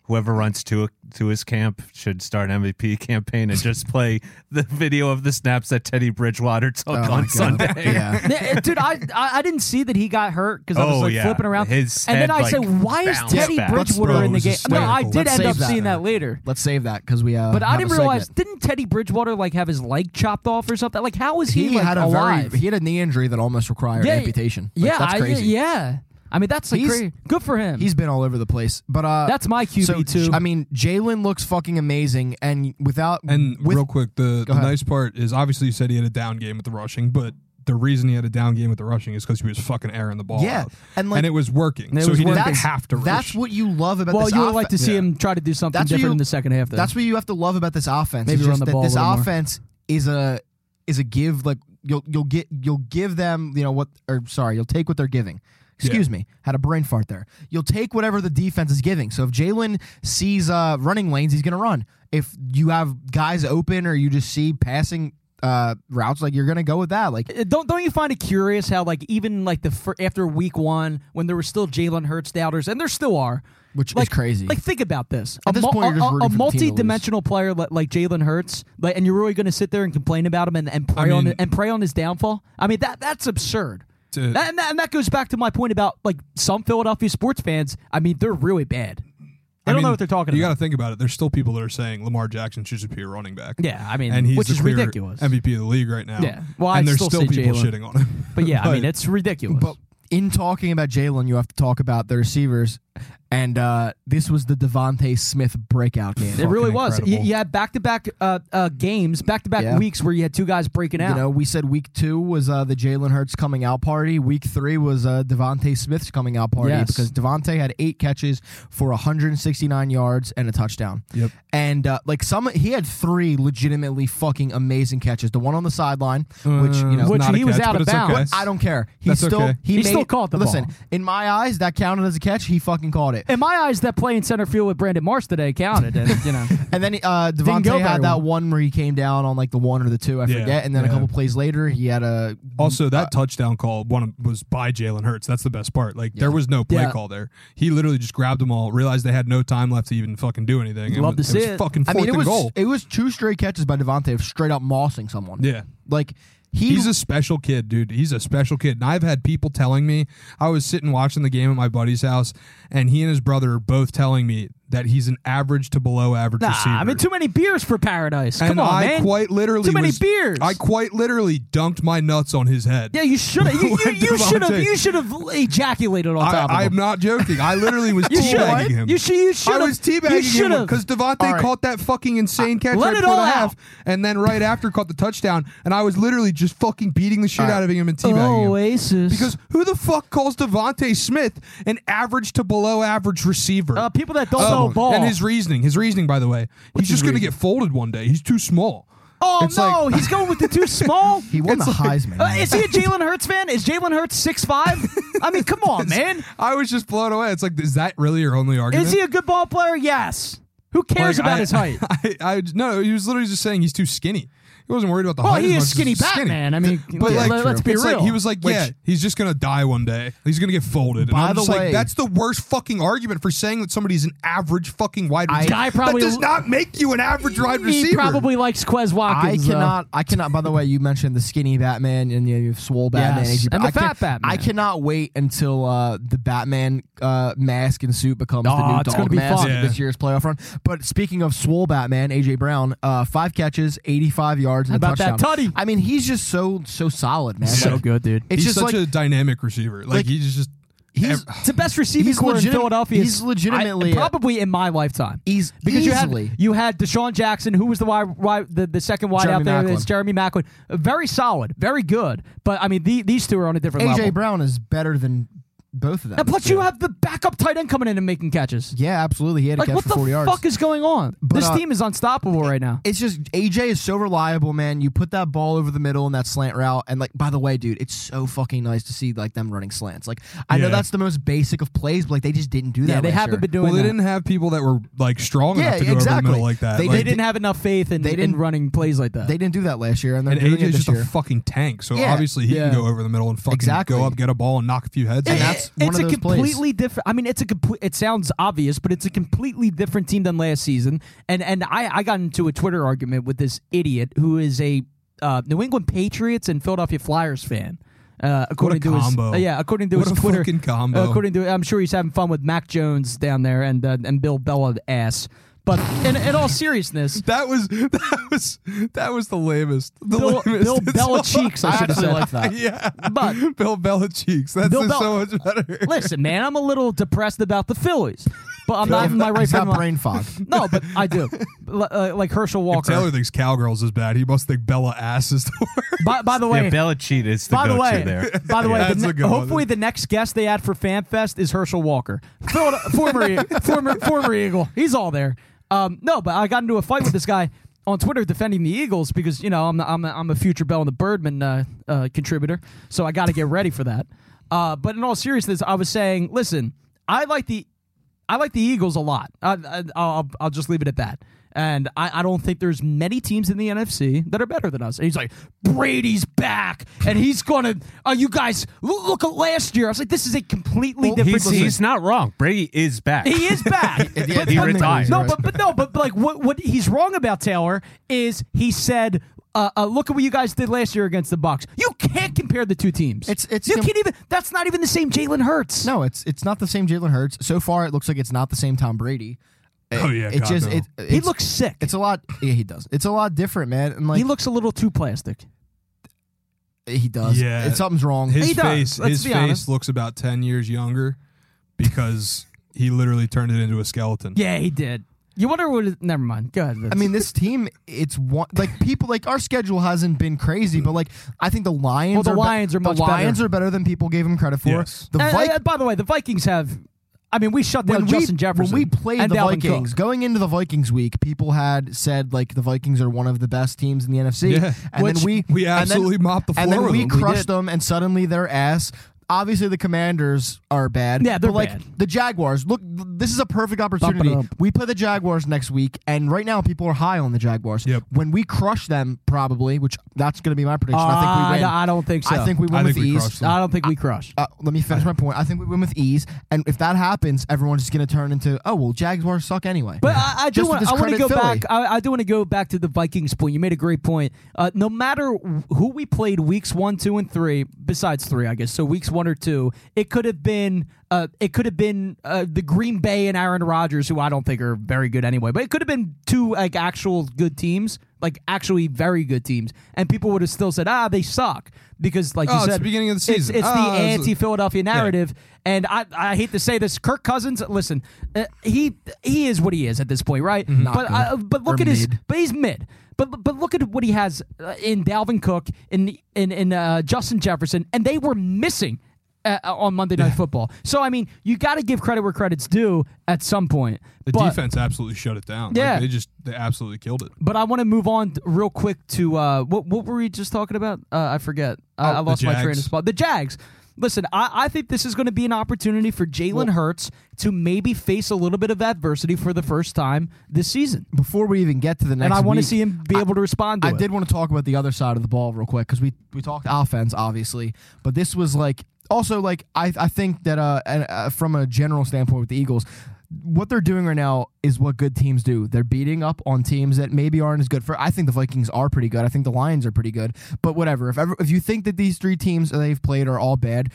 whoever runs to to his camp should start an MVP campaign and just play the video of the snaps that Teddy Bridgewater took
Oh, my
on
God.
Sunday.
Yeah.
N- Dude, I, I I didn't see that he got hurt because I was
Oh,
like
yeah.
flipping around.
His
and then
head,
I said,
like,
"Why is
bounced
Teddy
back.
Bridgewater in the
Let's
game?"
throw
No,
this
I
away.
did
Let's
end up
save that.
seeing that later.
Let's save that because we. Uh,
But I
have
didn't
a
realize.
segment.
Didn't Teddy Bridgewater like have his leg chopped off or something? Like, how was he,
he
like,
had a
alive?
very he had a knee injury that almost required
Yeah,
amputation. Like,
yeah,
that's
I-
crazy.
yeah. I mean, that's like
He's-
crazy. Good for him.
He's been all over the place, but uh,
That's my QB
so,
too.
I mean, Jalen looks fucking amazing, and without
And
with
real quick, the, the
ahead.
nice part is obviously you said he had a down game with the rushing, but the reason he had a down game with the rushing is because he was fucking airing the ball.
Yeah,
out.
and, like,
it was working,
it
so
was
he didn't
working.
have to. Rush.
That's what you love about
well,
this
you would
off-
like to see
Yeah.
him try to do something
That's what
different
you-
in the second half. Though.
That's what you have to love about this offense.
Maybe
is
run the
just that
ball a
this
little more.
offense is a is a give like you'll you'll get you'll give them, you know what or sorry, you'll take what they're giving. Excuse me, had a brain fart there. You'll take whatever the defense is giving. So if Jalen sees uh, running lanes, he's gonna run. If you have guys open or you just see passing uh, routes, like you're gonna go with that. Like
Uh, don't don't you find it curious how like even like the fir- after week one when there were still Jalen Hurts doubters and there still are,
Which is
like,
crazy.
Like think about this:
At this point, you're just
a,
rooting for the team to lose.
multi-dimensional player like, like Jalen Hurts, like, and you're really going to sit there and complain about him and, and pray on
mean-
and pray on his downfall? I mean that that's absurd.
To-
That- and, that, and that goes back to my point about like some Philadelphia sports fans. I mean, they're really bad. They
I
don't
mean,
know what they're talking
You
about.
got to think about it. There's still people that are saying Lamar Jackson should just be a running back.
Yeah, I mean,
and he's
which
the
is
clear
ridiculous.
MVP of the league right now.
Yeah. Well,
and
I'd
there's
still
still
say
people
Jalen.
shitting on him.
but yeah, I mean, it's ridiculous.
But in talking about Jalen, you have to talk about the receivers, and uh, this was the Devonte Smith breakout game.
It really
Fucking
was. You,
incredible.
you had back to back games, back to
Yeah.
back weeks where you had two guys breaking out.
You know, we said week two was uh, the Jalen Hurts coming out party. Week three was uh, Devonte Smith's coming out party
Yes.
because Devonte had eight catches for 169 yards and a touchdown.
Yep.
And uh, like some, he had three legitimately fucking amazing catches. The one on the sideline, which you know,
Mm, Which
Not a
he was
catch,
out
but
of
it's okay.
bounds.
I don't care. He
That's
still
okay.
he,
He
made,
still caught the
Listen,
ball.
in my eyes, that counted as a catch. He fucking caught it.
In my eyes, that play in center field with Brandon Marsh today counted. And, you know,
And then uh,
Didn't
Devontae
go
had
very
that
well.
one where he came down on like the one or the two, I
Yeah,
forget. And then a
yeah.
couple plays later, he had a.
Also,
Uh,
that touchdown call one of- was by Jalen Hurts. That's the best part. Like there was no play
Yeah.
call there. He literally just grabbed them all, realized they had no time left to even fucking do anything. and
Love to
was-
see
was
it.
Fucking
I
fourth
mean, it
and
was
goal.
it was two straight catches by Devontae of straight up mossing someone.
yeah.
like he
He's a special kid, dude. He's a special kid. And I've had people telling me, I was sitting watching the game at my buddy's house, and he and his brother are both telling me that he's an average to below average
nah,
receiver.
I mean, too many beers for paradise. Come
and
on,
I
man.
quite literally
Too many
was-
beers.
I quite literally dunked my nuts on his head.
yeah, you should have. You, you,
When
you should have.
Devontae-
You should have ejaculated on top
I,
of
I'm
him.
not joking. I literally was
You should.
teabagging him.
You should- you should've-
I was
you
teabagging him
should've.
because Devontae
All right.
caught that fucking insane catch
let
right
it
before
all
the
out.
half, and then right after caught the touchdown. And I was literally just fucking beating the shit
All right.
out of him and
Oh,
teabagging him.
Oasis.
Because who the fuck calls Devontae Smith an average to below average receiver?
uh, people that don't
Oh,
know ball.
And his reasoning, his reasoning, by the way, he's just going to get folded one day. He's too small.
oh
it's
no,
like-
he's going with the too small.
he won the Heisman.
Uh, is he a Jalen Hurts fan? Is Jalen Hurts six five? I mean, come on, man.
I was just blown away. It's like, is that really your only argument?
Is he a good ball player? Yes. Who cares
Like,
about
I-
his height?
I, I, no, he was literally just saying he's too skinny. He wasn't worried about the
Well,
height.
he
as
is
much as
skinny
he's
Batman. I mean,
But
yeah,
like,
let- let's be
it's
real.
Like, he was like,
Which-
yeah, he's just gonna die one day. He's gonna get folded. And
By
I'm
the
just
way-
like, that's the worst fucking argument for saying that somebody's an average fucking wide
I-
receiver.
Guy probably-
that does not make you an average wide receiver.
He probably likes Quez
I
Watkins. though.
cannot. I cannot. By the way, you mentioned the skinny Batman and you have swole Batman,
Yes,
AGP.
and the
I can't-
fat Batman.
I cannot wait until uh, the Batman uh, mask and suit becomes the
Oh,
new
it's gonna
dog
be
mask
fun.
in this
Yeah.
year's playoff run. But speaking of swole Batman, AJ Brown, uh, five catches, eighty-five yards, and a
How about that
touchdown.
tutty?
I mean, he's just so so solid, man.
So
Like,
good, dude.
It's
he's
just
such
like
a dynamic receiver. Like,
like,
he's just
he's
It's the best receiving
He's
core
legiti-
in Philadelphia.
he's legitimately
I- probably in my lifetime.
he's
because
easily.
you had you had Deshaun Jackson, who was the wide, wide the, the second wide
Jeremy
out there.
Maclin.
It's Jeremy Macklin, very solid, very good. But I mean, the, these two are on a different
AJ
level.
Brown is better than both of them.
and plus, you have the backup tight end coming in and making catches.
yeah, absolutely. He had a
like
catch
what
for
the
forty yards.
fuck is going on?
But,
this
uh,
team is unstoppable right now.
it's just AJ is so reliable, man. You put that ball over the middle in that slant route, and like, by the way, dude, it's so fucking nice to see like them running slants. Like, I know
Yeah.
that's the most basic of plays, but like they just didn't do that.
yeah, they
last
haven't
year.
been doing.
well. They
that.
didn't have people that were like strong
Yeah,
enough to go over the
exactly.
middle like that.
They
like,
They didn't have enough faith in,
They
in
didn't-
running plays like that.
They didn't do that last year, and they're
And
doing it
AJ's
this
just
year.
a fucking tank, so
Yeah.
obviously he
Yeah.
can go over the middle and fucking
Exactly.
go up, get a ball, and knock a few heads.
And
in.
that's
it's
one of
a
those plays.
completely different. I mean, it's a complete. It sounds obvious, but it's a completely different team than last season. And and I I got into a Twitter argument with this idiot who is a uh, New England Patriots and Philadelphia Flyers fan. Uh, according to
combo.
his uh, yeah, according to
What
his
a
Twitter
fucking combo.
uh, according to I'm sure he's having fun with Mac Jones down there and uh, and Bill Bella ass. But in, in all seriousness,
That was that was that was the lamest. The
Bill,
lamest.
Bill
It's
Bella
all-
cheeks. I should have
actually
said.
like that.
Yeah,
But
Bill Belichick's. That's
Bill
just
Bel-
so much better.
listen, man, I'm a little depressed about the Phillies, but I'm not in my right
He's
frame of
got
mind.
brain fog.
No, but I do. L- uh, like Herschel
If Taylor
Walker.
thinks cowgirls is bad, he must think Bella ass is the worst.
By, by the way,
Yeah, Bella cheat is the
by
go-to
the way,
there.
by the way,
Yeah,
the
that's
ne-
a good one.
hopefully the next guest they add for FanFest is Herschel Walker, Phil- former E- former former Eagle. He's all there. Um, no, but I got into a fight with this guy on Twitter defending the Eagles because you know I'm I'm a, I'm a future Bell and the Birdman uh, uh, contributor, so I got to get ready for that. Uh, but in all seriousness, I was saying, listen, I like the I like the Eagles a lot. I, I, I'll, I'll just leave it at that. And I, I don't think there's many teams in the NFC that are better than us. And he's like, Brady's back, and he's gonna. Uh, you guys l- look at last year. I was like, this is a completely different.
He's,
team.
he's not wrong. Brady is back.
He is back.
At the
But-
end, he
but-
retired.
No,
Right.
but, but no, but like what what he's wrong about Taylor is he said. Uh, uh, look at what you guys did last year against the Bucks. You can't compare the two teams.
It's- it's
you
com-
can't even. That's not even the same Jalen Hurts.
No, it's it's not the same Jalen Hurts. So far, it looks like it's not the same Tom Brady. It,
Oh, yeah,
it
God,
just
no.
it,
he
it's-
looks sick.
It's a lot. Yeah, he does. It's a lot different, man. And like
he looks a little too plastic.
he does.
Yeah.
It's- something's wrong.
His
He does,
face,
let's
his
be
face
honest.
looks about ten years younger because he literally turned it into a skeleton.
Yeah, he did. You wonder what? it- Never mind. Go ahead. Vince.
I mean, this team, it's one like people like our schedule hasn't been crazy, but like I think the Lions,
Well, the
are be-
Lions are much
the
better.
Lions are better than people gave them credit for.
Yes.
The
And-
Vikings.
and by the way, the Vikings have. I mean, we shut down
when we,
Justin Jefferson.
when we played
and
the
Dalvin
Vikings,
Cook.
going into the Vikings week, people had said like the Vikings are one of the best teams in the NFC,
Yeah.
and
Which
then we
we
and then-
absolutely mopped the
and
floor
then
with
we
them. We
crushed
did.
them, and suddenly they're ass. Obviously, the Commanders are bad.
Yeah, they're
but, like
bad.
the Jaguars. Look, this is a perfect opportunity.
up.
We play the Jaguars next week, and right now people are high on the Jaguars.
Yep.
When we crush them, probably, which that's going to be my prediction. I
Uh,
think we win.
I don't think so.
I think we win
I
with
think we
ease.
crushed them.
I don't think we crush.
Uh, let me
Uh-huh.
finish my point. I think we win with ease, and if that happens, everyone's just going to turn into, oh well, Jaguars suck anyway.
But I, I do
Just
want. I want to
discredit
go
Philly.
back. I, I do want to go back to the Vikings point. You made a great point. Uh, no matter who we played, weeks one, two, and three. Besides three, I guess. So weeks one or two, it could have been. Uh, it could have been uh, the Green Bay and Aaron Rodgers, who I don't think are very good anyway. But it could have been two like actual good teams, like actually very good teams, and people would have still said, ah, they suck because like
Oh,
you
it's
said,
the beginning of the
it's-
season.
It's,
Ah,
the
it's-
anti Philadelphia narrative. And I, I hate to say this, Kirk Cousins. Listen, uh, he he is what he is at this point, right? But I, but look
Or
at his,
mid.
but he's mid. But but- but look at what he has uh, in Dalvin Cook in in in uh, Justin Jefferson, and they were missing. Uh, on Monday Night Football, so I mean, you got to give credit where credit's due at some point.
The
but,
defense absolutely shut it down. Like,
Yeah.
they just they absolutely killed it.
but I want to move on th- real quick to uh, what what were we just talking about? Uh, I forget. I, I
Oh,
the
lost my train of
Jags.
spot. The Jags. Listen, I, I think this is going to be an opportunity for Jalen Hurts to maybe face a little bit of adversity for the first time this season.
Before we even get to the next,
and I want to
week,
see him be
I-
able to respond to
I
it.
did want to talk about the other side of the ball real quick because we we talked offense obviously, but this was like also like I I think that uh, and, uh from a general standpoint with the Eagles. What they're doing right now is what good teams do. They're beating up on teams that maybe aren't as good. For I think the Vikings are pretty good. I think the Lions are pretty good. But whatever. If ever, if you think that these three teams that they've played are all bad,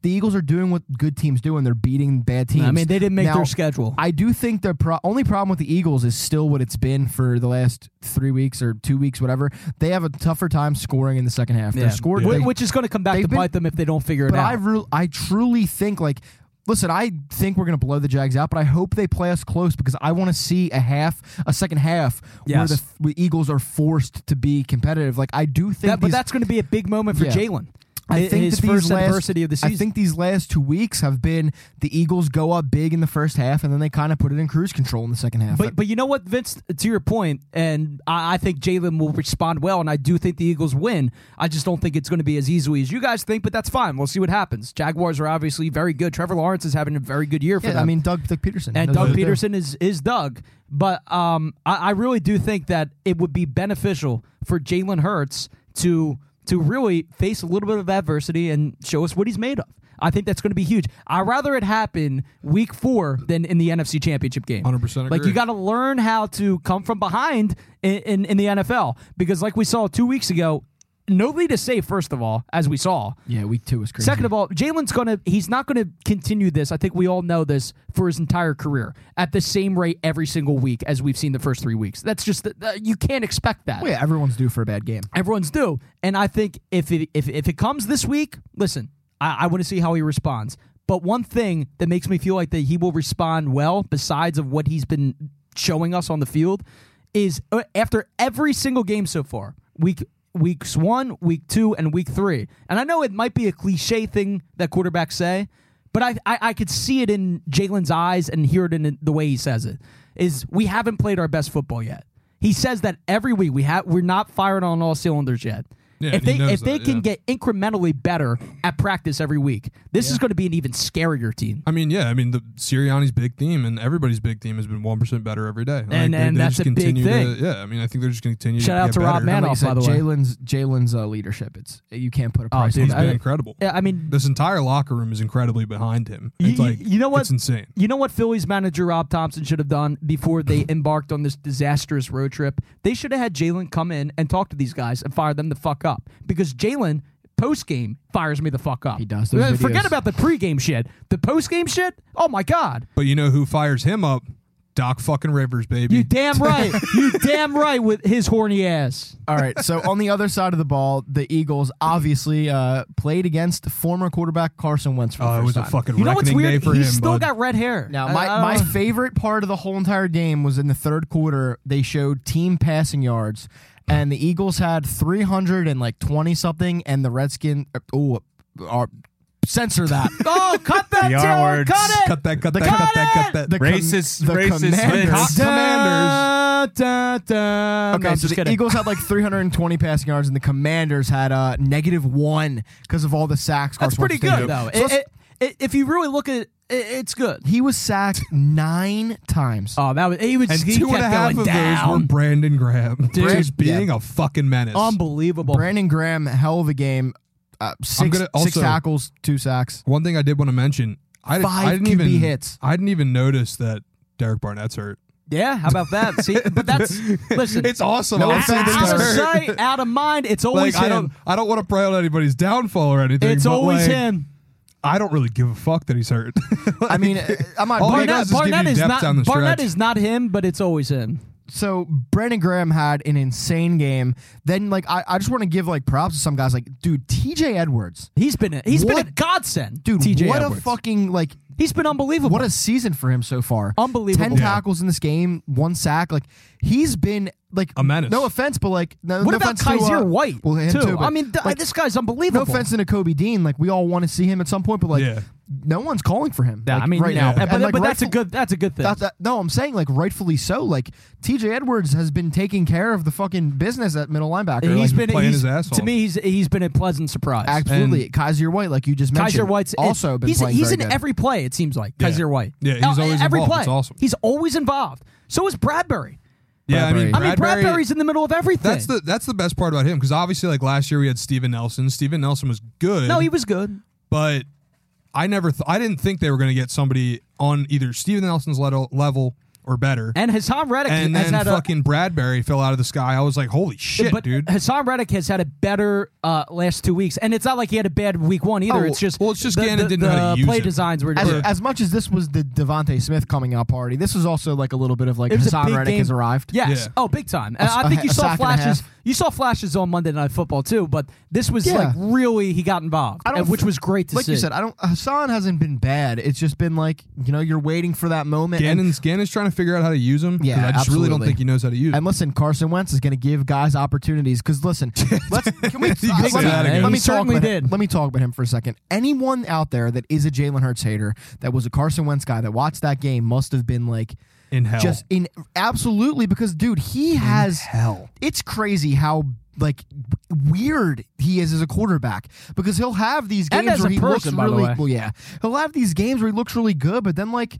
the Eagles are doing what good teams do, and they're beating bad teams.
I mean, they didn't make
Now,
their schedule.
I do think the pro- only problem with the Eagles is still what it's been for the last three weeks or two weeks, whatever. They have a tougher time scoring in the second half. They're scored,
Wh-
they-
which is going to come back
they've
to
been-
bite them if they don't figure it
but I
out.
re- I truly think like. Listen, I think we're going to blow the Jags out, but I hope they play us close because I want to see a half, a second half where
Yes.
the f- where Eagles are forced to be competitive. Like I do think,
That- but
these-
that's going to be a big moment for
Yeah.
Jalen.
I think
his
that these
first
last,
adversity of the season.
I think these last two weeks have been the Eagles go up big in the first half and then they kind of put it in cruise control in the second half.
But but you know what, Vince, to your point, and I, I think Jalen will respond well, and I do think the Eagles win. I just don't think it's going to be as easily as you guys think, but that's fine. We'll see what happens. Jaguars are obviously very good. Trevor Lawrence is having a very good year for
yeah,
them.
I mean Doug, Doug Peterson
and
knows what
Doug
to do.
Peterson is is Doug. But um, I, I really do think that it would be beneficial for Jalen Hurts to to really face a little bit of adversity and show us what he's made of. I think that's going to be huge. I'd rather it happen week four than in the NFC Championship game.
100%
Like you
agree.
got to learn how to come from behind in, in in the NFL because, like we saw two weeks ago, nobody to save. First of all, as we saw,
Yeah, week two was crazy.
Second of all, Jalen's gonna he's not gonna continue this. I think we all know this for his entire career at the same rate every single week as we've seen the first three weeks. That's just uh, you can't expect that.
yeah, everyone's due for a bad game.
Everyone's due, and I think if it, if if it comes this week, listen, I, I want to see how he responds. But one thing that makes me feel like that he will respond well, besides of what he's been showing us on the field, is uh, after every single game so far, week weeks one, week two, and week three. And I know it might be a cliche thing that quarterbacks say, but I, I, I could see it in Jalen's eyes and hear it in the way he says it. Is we haven't played our best football yet. He says that every week. We have we're not firing on all cylinders yet.
Yeah,
if
and he
they
knows
if they
that,
can
yeah.
get incrementally better at practice every week, this is going to be an even scarier team.
I mean, yeah. I mean, the Sirianni's big theme and everybody's big theme has been one percent better every day, I
And-
think
and
they
that's
just
a big
continue
thing.
To, yeah, I mean, I think they're just going to continue.
Shout
to
out
get
to Rob
better.
Mann.
Like you
Off, by the
said,
way. Oh,
Jalen's Jalen's uh, leadership. It's you can't put a price
dude,
on
He's
that.
been
I-
incredible.
Yeah, I mean,
This entire locker room is incredibly behind him. It's
You- you-
like
you know what?
It's insane.
You know what Philly's manager Rob Thompson should have done before they embarked on this disastrous road trip? They should have had Jalen come in and talk to these guys and fire them the fuck up because Jalen post game fires me the fuck up. He
does those
Forget
videos.
about the pregame shit. The post game shit. Oh my god.
But you know who fires him up? Doc fucking Rivers, baby.
You damn right. you damn right with his horny ass.
All right. So on the other side of the ball, the Eagles obviously uh, played against former quarterback Carson Wentz for the
oh,
first
it was a
time.
fucking
You know what's
reckoning day
weird?
for
He's
him.
still
bud.
got red hair. Uh,
Now,
I-
my,
I don't
my
know.
favorite part of the whole entire game was in the third quarter. They showed team passing yards, and the Eagles had three hundred and like twenty something, and the Redskins. Oh, uh, censor that.
Oh, cut that
The R
Taylor.
words.
Cut it.
cut that, cut
The
that,
com-
cut that, cut that.
the com-
Racist-
the
racist
Commanders.
Vince.
Commanders.
Da, da, da.
Okay,
No, I'm
so
just
the
kidding.
Eagles had like 320 passing yards, and the Commanders had uh, negative one because of all the sacks.
That's
Carson
pretty
Wentz
good,
didn't
though.
do. So
It-
let's-
it- it- if you really look at it, it, it's good.
he was sacked nine times.
Oh, that was he was
and
he
two and
kept
a half
going
of
down.
those were Brandon Graham.
Dude. Um,
Just being a fucking menace.
unbelievable.
Brandon Graham, hell of a game. Uh, 6
gonna
six
also-
tackles, two sacks.
One thing I did want to mention, I,
Five
I didn't
QB
even
hits.
I didn't even notice that Derek Barnett's hurt.
yeah, how about that? See, but that's listen.
It's awesome.
No
I
out,
was saying
offense
that he's
to
out of
Derek.
hurt.
sight, out of mind. It's always
Like I
him.
don't, I don't want to pray on anybody's downfall or anything.
It's
but,
always
like,
him.
I don't really give a fuck that he's hurt.
I mean, uh, I'm not.
All
big-
he does
Barnett,
is give you
Barnett is
depth
not
down the
Barnett
stretch.
is not him, but it's always him.
so Brandon Graham had an insane game. Then, like, I, I just want to give like props to some guys. Like, dude, T.J. Edwards,
He's been a, he's been
What-
a godsend,
dude,
TJ
what
Edwards.
a fucking like
He's been unbelievable.
What a season for him so far.
Unbelievable.
Ten
Yeah.
tackles in this game, one sack. Like he's been like
A menace.
No offense, but like no,
what
no
about
offense to, uh,
Kaiser White?
Well, him
too.
too. but,
I mean, th-
like,
this guy's
no
unbelievable.
offense to Kobe Dean. Like we all want to see him at some point, but like
Yeah.
no one's calling for him.
Yeah,
like,
I mean,
right
yeah,
now,
but,
And, like,
but that's a
rightful-
good that's a good thing.
That's no, I'm saying like rightfully so. Like T.J. Edwards has been taking care of the fucking business at middle linebacker.
He's
like,
been
playing
he's-
his ass off.
to me. He's he's been a pleasant surprise.
absolutely Kaiser White, like you just mentioned.
Kaiser White's
also been
he's,
playing
he's
very
in
good.
every play. It seems like
Yeah.
Kaiser White.
Yeah, he's
Uh,
always
every
involved.
Play.
It's awesome.
He's always involved. So is Bradbury.
Yeah, I mean,
Bradbury.
I mean, Bradbury's in the middle of everything.
That's the that's the best part about him because obviously, like last year, we had Steven Nelson. Steven Nelson was good.
no, he was good.
but I never, th- I didn't think they were going to get somebody on either Steven Nelson's level, level or better.
And Hassan Reddick
And
has
then
had
fucking Bradbury fell out of the sky. I was like, holy
a,
shit,
but
dude.
Hassan Reddick has had a better uh, last two weeks, and it's not like he had a bad week one either.
Oh,
it's just
well, it's just
the,
Gannon
the-
didn't know how
the
to use
play
it.
designs were.
As,
were-
as much as this was the Devonte Smith coming out party, this was also like a little bit of like
It was a
Hassan
big
Reddick
game.
has arrived.
Yes.
Yeah.
Oh, big time. And
A-
I think
a-
you
a
saw
sack and a
flashes.
half.
You saw flashes on Monday Night Football too, but this was
Yeah.
like really he got involved,
I don't
and which
th-
was great to
like
see.
you said, I don't. Hassan hasn't been bad. It's just been like you know you're waiting for that moment. and-
Gannon's, Gannon's trying to figure out how to use him. 'cause
Yeah,
I just really don't
absolutely.
think he knows how to use
And
him.
listen, Carson Wentz is going to give guys opportunities because listen, let's can we
You can
let,
say
me,
that again.
let me
He
talk
certainly
about
did.
Him. Let me talk about him for a second. Anyone out there that is a Jalen Hurts hater that was a Carson Wentz guy that watched that game must have been like
In hell.
just in absolutely because dude, he has
hell.
It's crazy how like weird he is as a quarterback because he'll have these
And as
games where
a
he
person,
looks
by the
really
way.
well, yeah. He'll have these games where he looks really good, but then like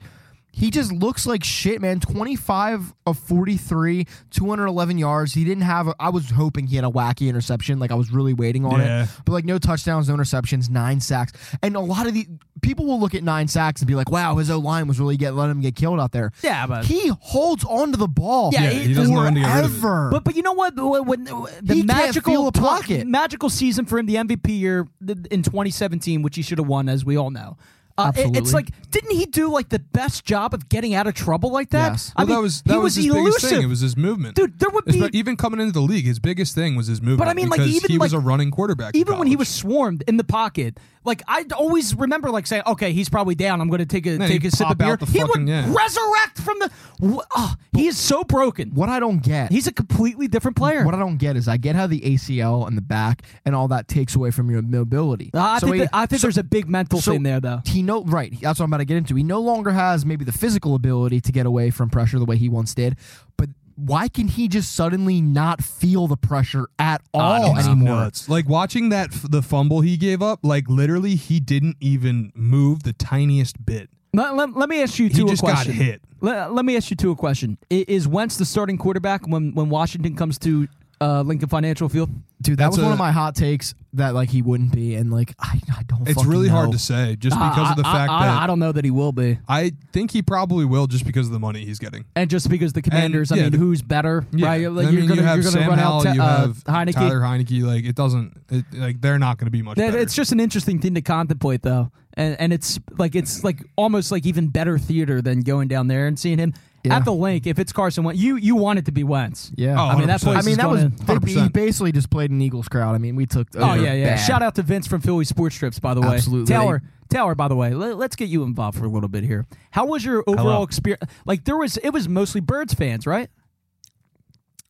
he just looks like shit, man. Twenty five of forty three, two hundred eleven yards. He didn't have. A, I was hoping he had a wacky interception. Like I was really waiting on
Yeah.
it, but like no touchdowns, no interceptions, nine sacks, and a lot of the people will look at nine sacks and be like, "Wow, his O line was really get letting him get killed out there."
Yeah, but-
he holds on to the ball.
Yeah, Yeah, he
doesn't know when to get rid of it.
forever.
But but you know what? When, when- the
He can't
magical
feel a
tw-
pocket.
magical season for him, the MVP year th- in 2017, which he should have won, as we all know. Uh, it- it's
Absolutely.
like, didn't he do like the best job of getting out of trouble like that?
Yes.
I
Well,
mean,
that was that
he
was,
was,
his biggest
elusive.
thing. It was his movement,
Dude, there would
Espe-
be-
even coming into the league. His biggest thing was his movement.
But I mean, like,
because
even,
he was
like-
a running quarterback. in
even when he was
college.
swarmed in the pocket, like I'd always remember, like saying, "Okay, he's probably down. I'm going to take a
Then
take
he'd
a sip
pop
of beer."
out the
he
fucking-
would
yeah.
resurrect from the. wh- Oh, he is so broken.
what I don't get,
He's a completely different player.
what I don't get is I get how the ACL and the back and all that takes away from your mobility.
Uh, I
So
think,
he-
that- I think
so-
there's a big mental
so
thing there, though.
He no right. That's what I'm about to get into. He no longer has maybe the physical ability to get away from pressure the way he once did, but. Why can he just suddenly not feel the pressure at all
He's
anymore?
nuts. Like watching that f- the fumble he gave up. Like literally, he didn't even move the tiniest bit.
Let, let, let me ask you two a
just got
question.
hit.
Let, let me ask you two a question. I- Is Wentz the starting quarterback when, when Washington comes to uh, Lincoln Financial Field?
Dude, that
That's
was one
a-
of my hot takes that like he wouldn't be, and like I, I don't.
It's
fucking
really hard
know.
to say, just because of the
Uh, I- I-
fact
I,
that
I don't know that he will be,
I think he probably will just because of the money he's getting.
and just because the Commanders, I
yeah,
mean,
the-
who's better,
Yeah.
right? Like,
I mean,
gonna,
you have
you're gonna
Sam
run
Howell,
out to,
you
uh,
have
Heineke.
Tyler Heineke. Like it doesn't, it, like they're not going to be much.
That-
better.
it's just an interesting thing to contemplate, though, and and it's like it's like almost like even better theater than going down there and seeing him
Yeah.
at the link. If it's Carson Wentz, you you want it to be Wentz.
Yeah.
Oh,
I mean that
100%.
place.
I
is
mean, that was
gonna-
they- he
100%.
basically just played an Eagles crowd. I mean, we took.
Oh yeah, yeah.
Bad.
Shout out to Vince from Philly Sports Trips, by the way.
Absolutely.
Taylor, Taylor, by the way. Let, us get you involved for a little bit here. How was your overall experience? Like there was, it was mostly Birds fans, right?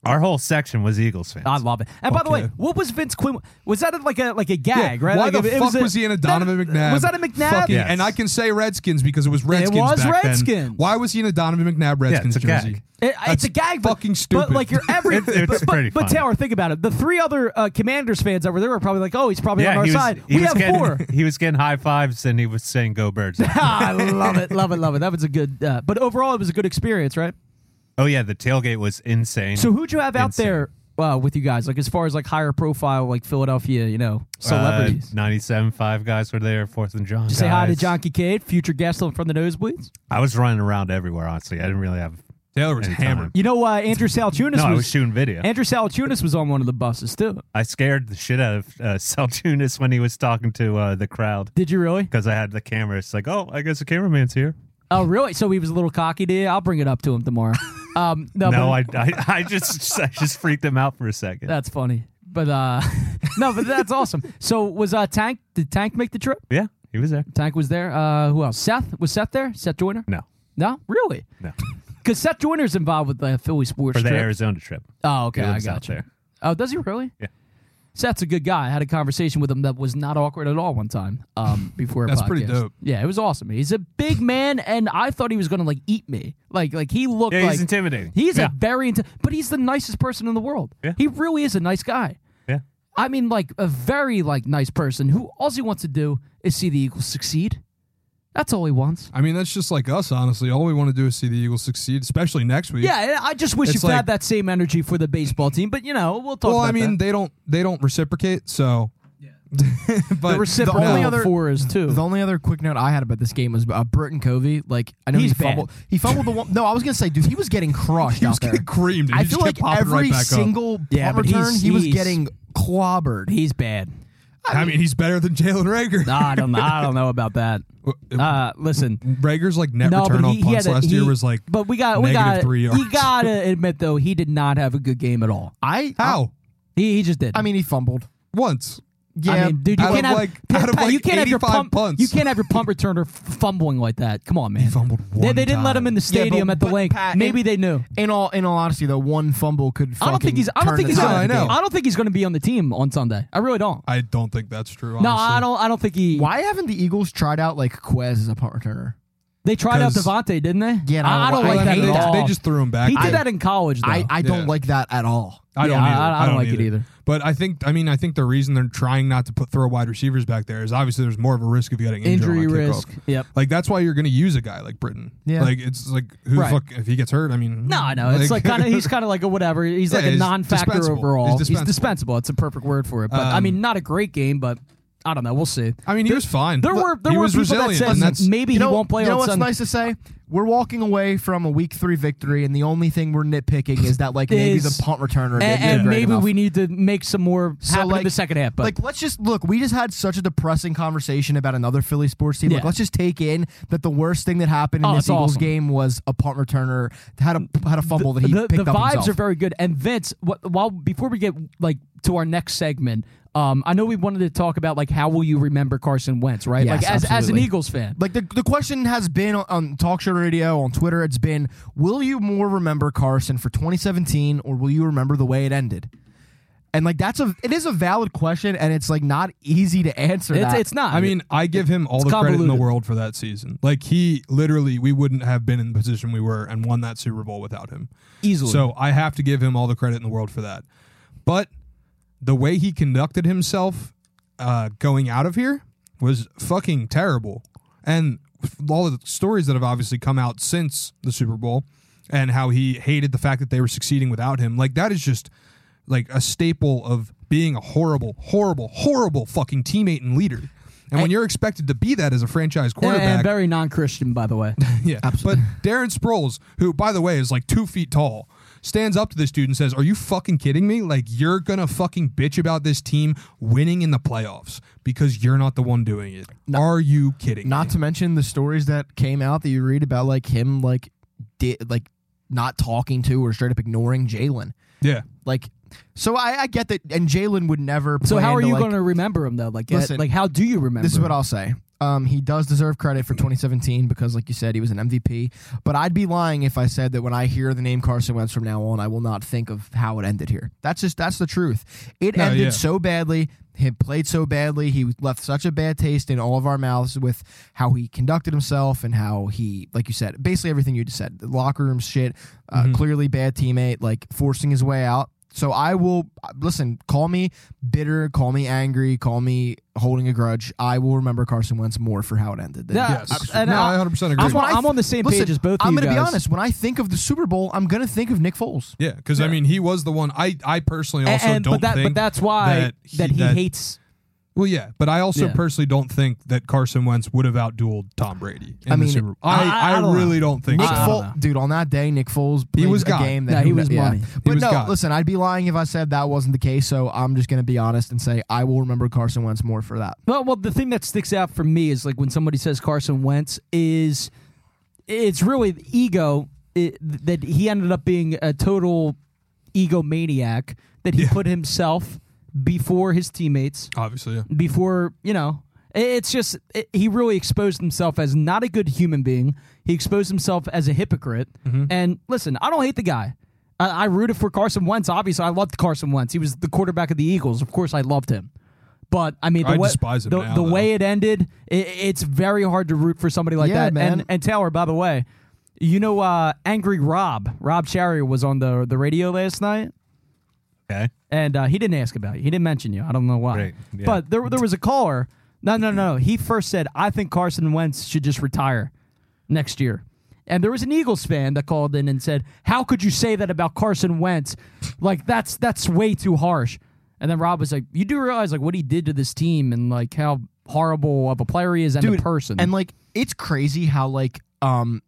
Our whole section was Eagles fans.
I love it. And by
Fuck
the way,
yeah.
what was Vince Quinn? Was that like a like a gag?
Yeah,
Right?
Why
Like,
the
it- it
fuck was,
a-
he in a Donovan
that-
McNabb?
Was that a McNabb?
Fucking-
Yes.
And I can say Redskins because it was Redskins.
was
back then.
Redskins.
Why was he in a Donovan McNabb Redskins
it's a gag.
jersey?
It- it's
That's
a gag, but-
fucking
But
stupid.
like your every,
It- it's
but,
pretty
but, but
funny.
Taylor, think about it. The three other uh, Commanders fans that were there were probably like, "Oh, he's probably on
yeah,
our
he was,
side."
he
we
was
have
getting,
four.
He was getting high fives and he was saying "Go Birds."
Ah, I love it, love it, love it. That was a good. Uh, but overall, it was a good experience, right?
oh yeah, the tailgate was insane.
So who'd you have out
Insane.
there uh, with you guys? Like as far as like higher profile, like Philadelphia, you know, celebrities.
Uh, Ninety-seven five guys were there. Fourth and John.
Just say hi to
guys.
John Kincaid, future guest on from the nosebleeds.
I was running around everywhere. Honestly, I didn't really have.
Taylor was
Anytime.
hammered.
You know, uh, Andrew Salchunas
No, I
was,
was shooting video.
Andrew Salchunas was on one of the buses too.
I scared the shit out of uh, Saltunis when he was talking to uh, the crowd
Did you really?
because I had the camera. It's like, oh, I guess the cameraman's here.
Oh, really? So he was a little cocky to you. I'll bring it up to him tomorrow. Um, no, but-
No, I, I, I just, I just freaked him out for a second.
That's funny, but uh, no, but that's awesome. So was uh Tank? Did Tank make the trip?
yeah, he was there.
Tank was there. Uh, who else? Seth was Seth there? Seth Joyner?
No,
No, really?
no,
Because Seth Joyner's involved with the Philly sports
for the
trip.
Arizona trip.
Oh, okay,
He
I
lives out
got you.
there.
Oh, does he really?
Yeah.
Seth's a good guy. I had a conversation with him that was not awkward at all one time um, before. a
That's pretty
podcast.
dope.
Yeah, it was awesome. He's a big man, and I thought he was going to like eat me. Like, like he looked
Yeah, he's
like
intimidating.
He's
Yeah.
a very, inti- but he's the nicest person in the world.
Yeah.
He really is a nice guy.
Yeah.
I mean, like a very like nice person who all he wants to do is see the Eagles succeed. That's all he wants.
I mean, that's just like us, honestly. All we want to do is see the Eagles succeed, especially next week.
Yeah, I I just wish
It's
you've
like-
had that same energy for the baseball team, but you know, we'll talk
Well,
about
I mean,
that.
they don't they don't reciprocate, so. but
the reciprocal
only other-
four is two.
The only other quick note I had about this game was uh, Burton Covey. Like I know
He's
he fumbled. He fumbled the one. No, I was gonna say, dude, he was getting crushed
he was
out there.
getting creamed. And he
I
just
feel like
kept popping
every
right back Up.
single punt
Yeah, but
return
he's-
he was
he's-
getting clobbered.
He's bad.
I mean, he's better than Jalen Rager.
Nah, I don't. I don't know about that. Uh, listen,
Rager's like net
no,
return
but
on
he, he
punts
had a,
last
he-
year was like.
But we got we
negative
got
three yards.
you gotta admit though he did not have a good game at all.
I
how
He, he just did.
I mean, he fumbled.
once.
Yeah,
I mean, dude, you
out of
can't have
like- out of
Pat,
like
you can't have your
85
pump,
punts.
You can't have your punt returner f- fumbling like that. Come on, man. He
fumbled
They,
one
they didn't let him in the
Yeah, but-
stadium at the
but
link.
Pat-
Maybe
it-
they knew.
In all, in all honesty, though, one fumble could.
I don't think he's. I don't think he's.
the
Gonna,
tide
I,
of the game.
don't think he's going to be on the team on Sunday. I really don't.
I don't think that's true.
no,
honestly.
I don't. I don't think he.
Why haven't the Eagles tried out like Quez as a punt returner?
They tried out
'Cause-
Devontae, didn't they?
Yeah, no,
I, I don't
I
like
Well,
that
they,
at
hate
all.
they just threw him back.
he did
I-
that in college. Though.
I, I don't
Yeah.
like that at all.
I don't
Yeah,
either.
I- I don't like it either.
But I think I mean I think the reason they're trying not to put throw wide receivers back there is obviously there's more of a risk of getting injured
injury
on a
risk.
Kickoff.
Yep.
Like that's why you're going to use a guy like Britain.
Yeah.
Like it's like who
Right.
the fuck if he gets hurt? I mean,
No, I know. It's like kind of he's kind of like a whatever. He's
Yeah,
like a
he's
non-factor
dispensable.
overall.
He's
He's
dispensable.
dispensable. It's a perfect word for it. But I
Um,
mean, not a great game, but I don't know. We'll see.
I mean, he was fine.
There were there
he
were
was
people
resilient,
that
and
said
that's
maybe
you know,
he won't play
you know
on
what's
Sunday.
nice to say? We're walking away from a week three victory, and the only thing we're nitpicking is that like maybe
Is-
the punt
and,
returner didn't do
and
great
maybe
enough.
we need to make some more
So,
happen in
like-
the second half. But
like let's just look. We just had such a depressing conversation about another Philly sports team. Like
Yeah.
let's just take in that the worst thing that happened in
Oh,
this
it's
Eagles
awesome.
game was a punt returner had a had a fumble that he
the,
picked
the
up
vibes
himself.
are very good. And Vince, what, while before we get like to our next segment, um, I know we wanted to talk about like how will you remember Carson Wentz, right?
Yes,
like as as an
absolutely.
Eagles fan,
like the, the question has been on, on talk show radio on Twitter. It's been, will you more remember Carson for 2017 or will you remember the way it ended? And like that's a it is a valid question, and it's like not easy to answer.
it's
that.
it's not.
I mean, I give him all
It's
the credit in the
convoluted.
world for that season. Like he literally, we wouldn't have been in the position we were and won that Super Bowl without him.
easily.
So I have to give him all the credit in the world for that. But the way he conducted himself uh, going out of here was fucking terrible. And all the stories that have obviously come out since the Super Bowl and how he hated the fact that they were succeeding without him, like that is just like a staple of being a horrible, horrible, horrible fucking teammate and leader. And when you're expected to be that as a franchise
and,
quarterback,
and very non-Christian, by the way.
yeah, But Darren Sproles, who by the way is like two feet tall, stands up to this dude and says, "Are you fucking kidding me? Like you're gonna fucking bitch about this team winning in the playoffs because you're not the one doing it. Are you kidding?
Not
me?
to mention the stories that came out that you read about, like him, like did like not talking to or straight up ignoring Jalen.
yeah.
Like, so I, I get that, and Jalen would never.
So
play
how are
into,
you
like-
going to remember him though? Like, uh,
Listen,
like how do you remember?
This is what
him?
I'll say. Um, he does deserve credit for 2017 because, like you said, he was an MVP. But I'd be lying if I said that when I hear the name Carson Wentz from now on, I will not think of how it ended here. That's just that's the truth. It
No,
ended
yeah.
so badly. He played so badly. He left such a bad taste in all of our mouths with how he conducted himself and how he, like you said, basically everything you just said. The locker room shit, uh,
Mm-hmm.
clearly bad teammate, like forcing his way out. So I will listen. Call me bitter. Call me angry. Call me holding a grudge. I will remember Carson Wentz more for how it ended. than-
Yeah,
Yes.
I- and
no,
I-
I 100 percent
I
agree.
just wanna- I'm on the same
Listen,
page as both of
I'm
you
gonna be
guys.
honest. When I think of the Super Bowl, I'm gonna think of Nick Foles.
yeah, because I mean, he was the one. I I personally also
and,
don't
but that,
think
but that's why
that
that
he-
he,
that-
hates.
Well, yeah, but I also
Yeah.
personally don't think that Carson Wentz would have outdueled Tom Brady. In
I mean,
the Super Bowl. I,
I- I
I,
don't
really
know.
don't think
Nick
so.
don't Fol-
Foles, dude, on that day, Nick Foles played
was
a
God.
game that
Yeah, he was
yeah.
money. He
But
was
no,
God.
listen, I'd be lying if I said that wasn't the case. So I'm just gonna be honest and say I will remember Carson Wentz more for that.
Well, well, the thing that sticks out for me is like when somebody says Carson Wentz is, it's really the ego it, that he ended up being a total egomaniac that he
Yeah.
put himself before his teammates
Obviously, yeah.
before you know it- it's just it, he really exposed himself as not a
Mm-hmm.
good human being he exposed himself as a hypocrite and listen i don't hate the guy I, I rooted for Carson Wentz. Obviously, I loved Carson Wentz. He was the quarterback of the Eagles. Of course, I loved him. But I mean, the
I
way,
despise him
the,
now,
the
though.
way it ended, it, it's very hard to root for somebody like
Yeah,
that.
man.
And and Taylor, by the way, you know, uh, angry Rob, Rob Charrier was on the the radio last night.
Okay.
and uh, he didn't ask about you. He didn't mention you. I don't know why.
Right, yeah.
But there, there was a caller. No, no, no. He first said, "I think Carson Wentz should just retire next year." And there was an Eagles fan that called in and said, "How could you say that about Carson Wentz? Like that's that's way too harsh." And then Rob was like, "You do realize like what he did to this team and like how horrible of a player he is and a person."
And like it's crazy how like um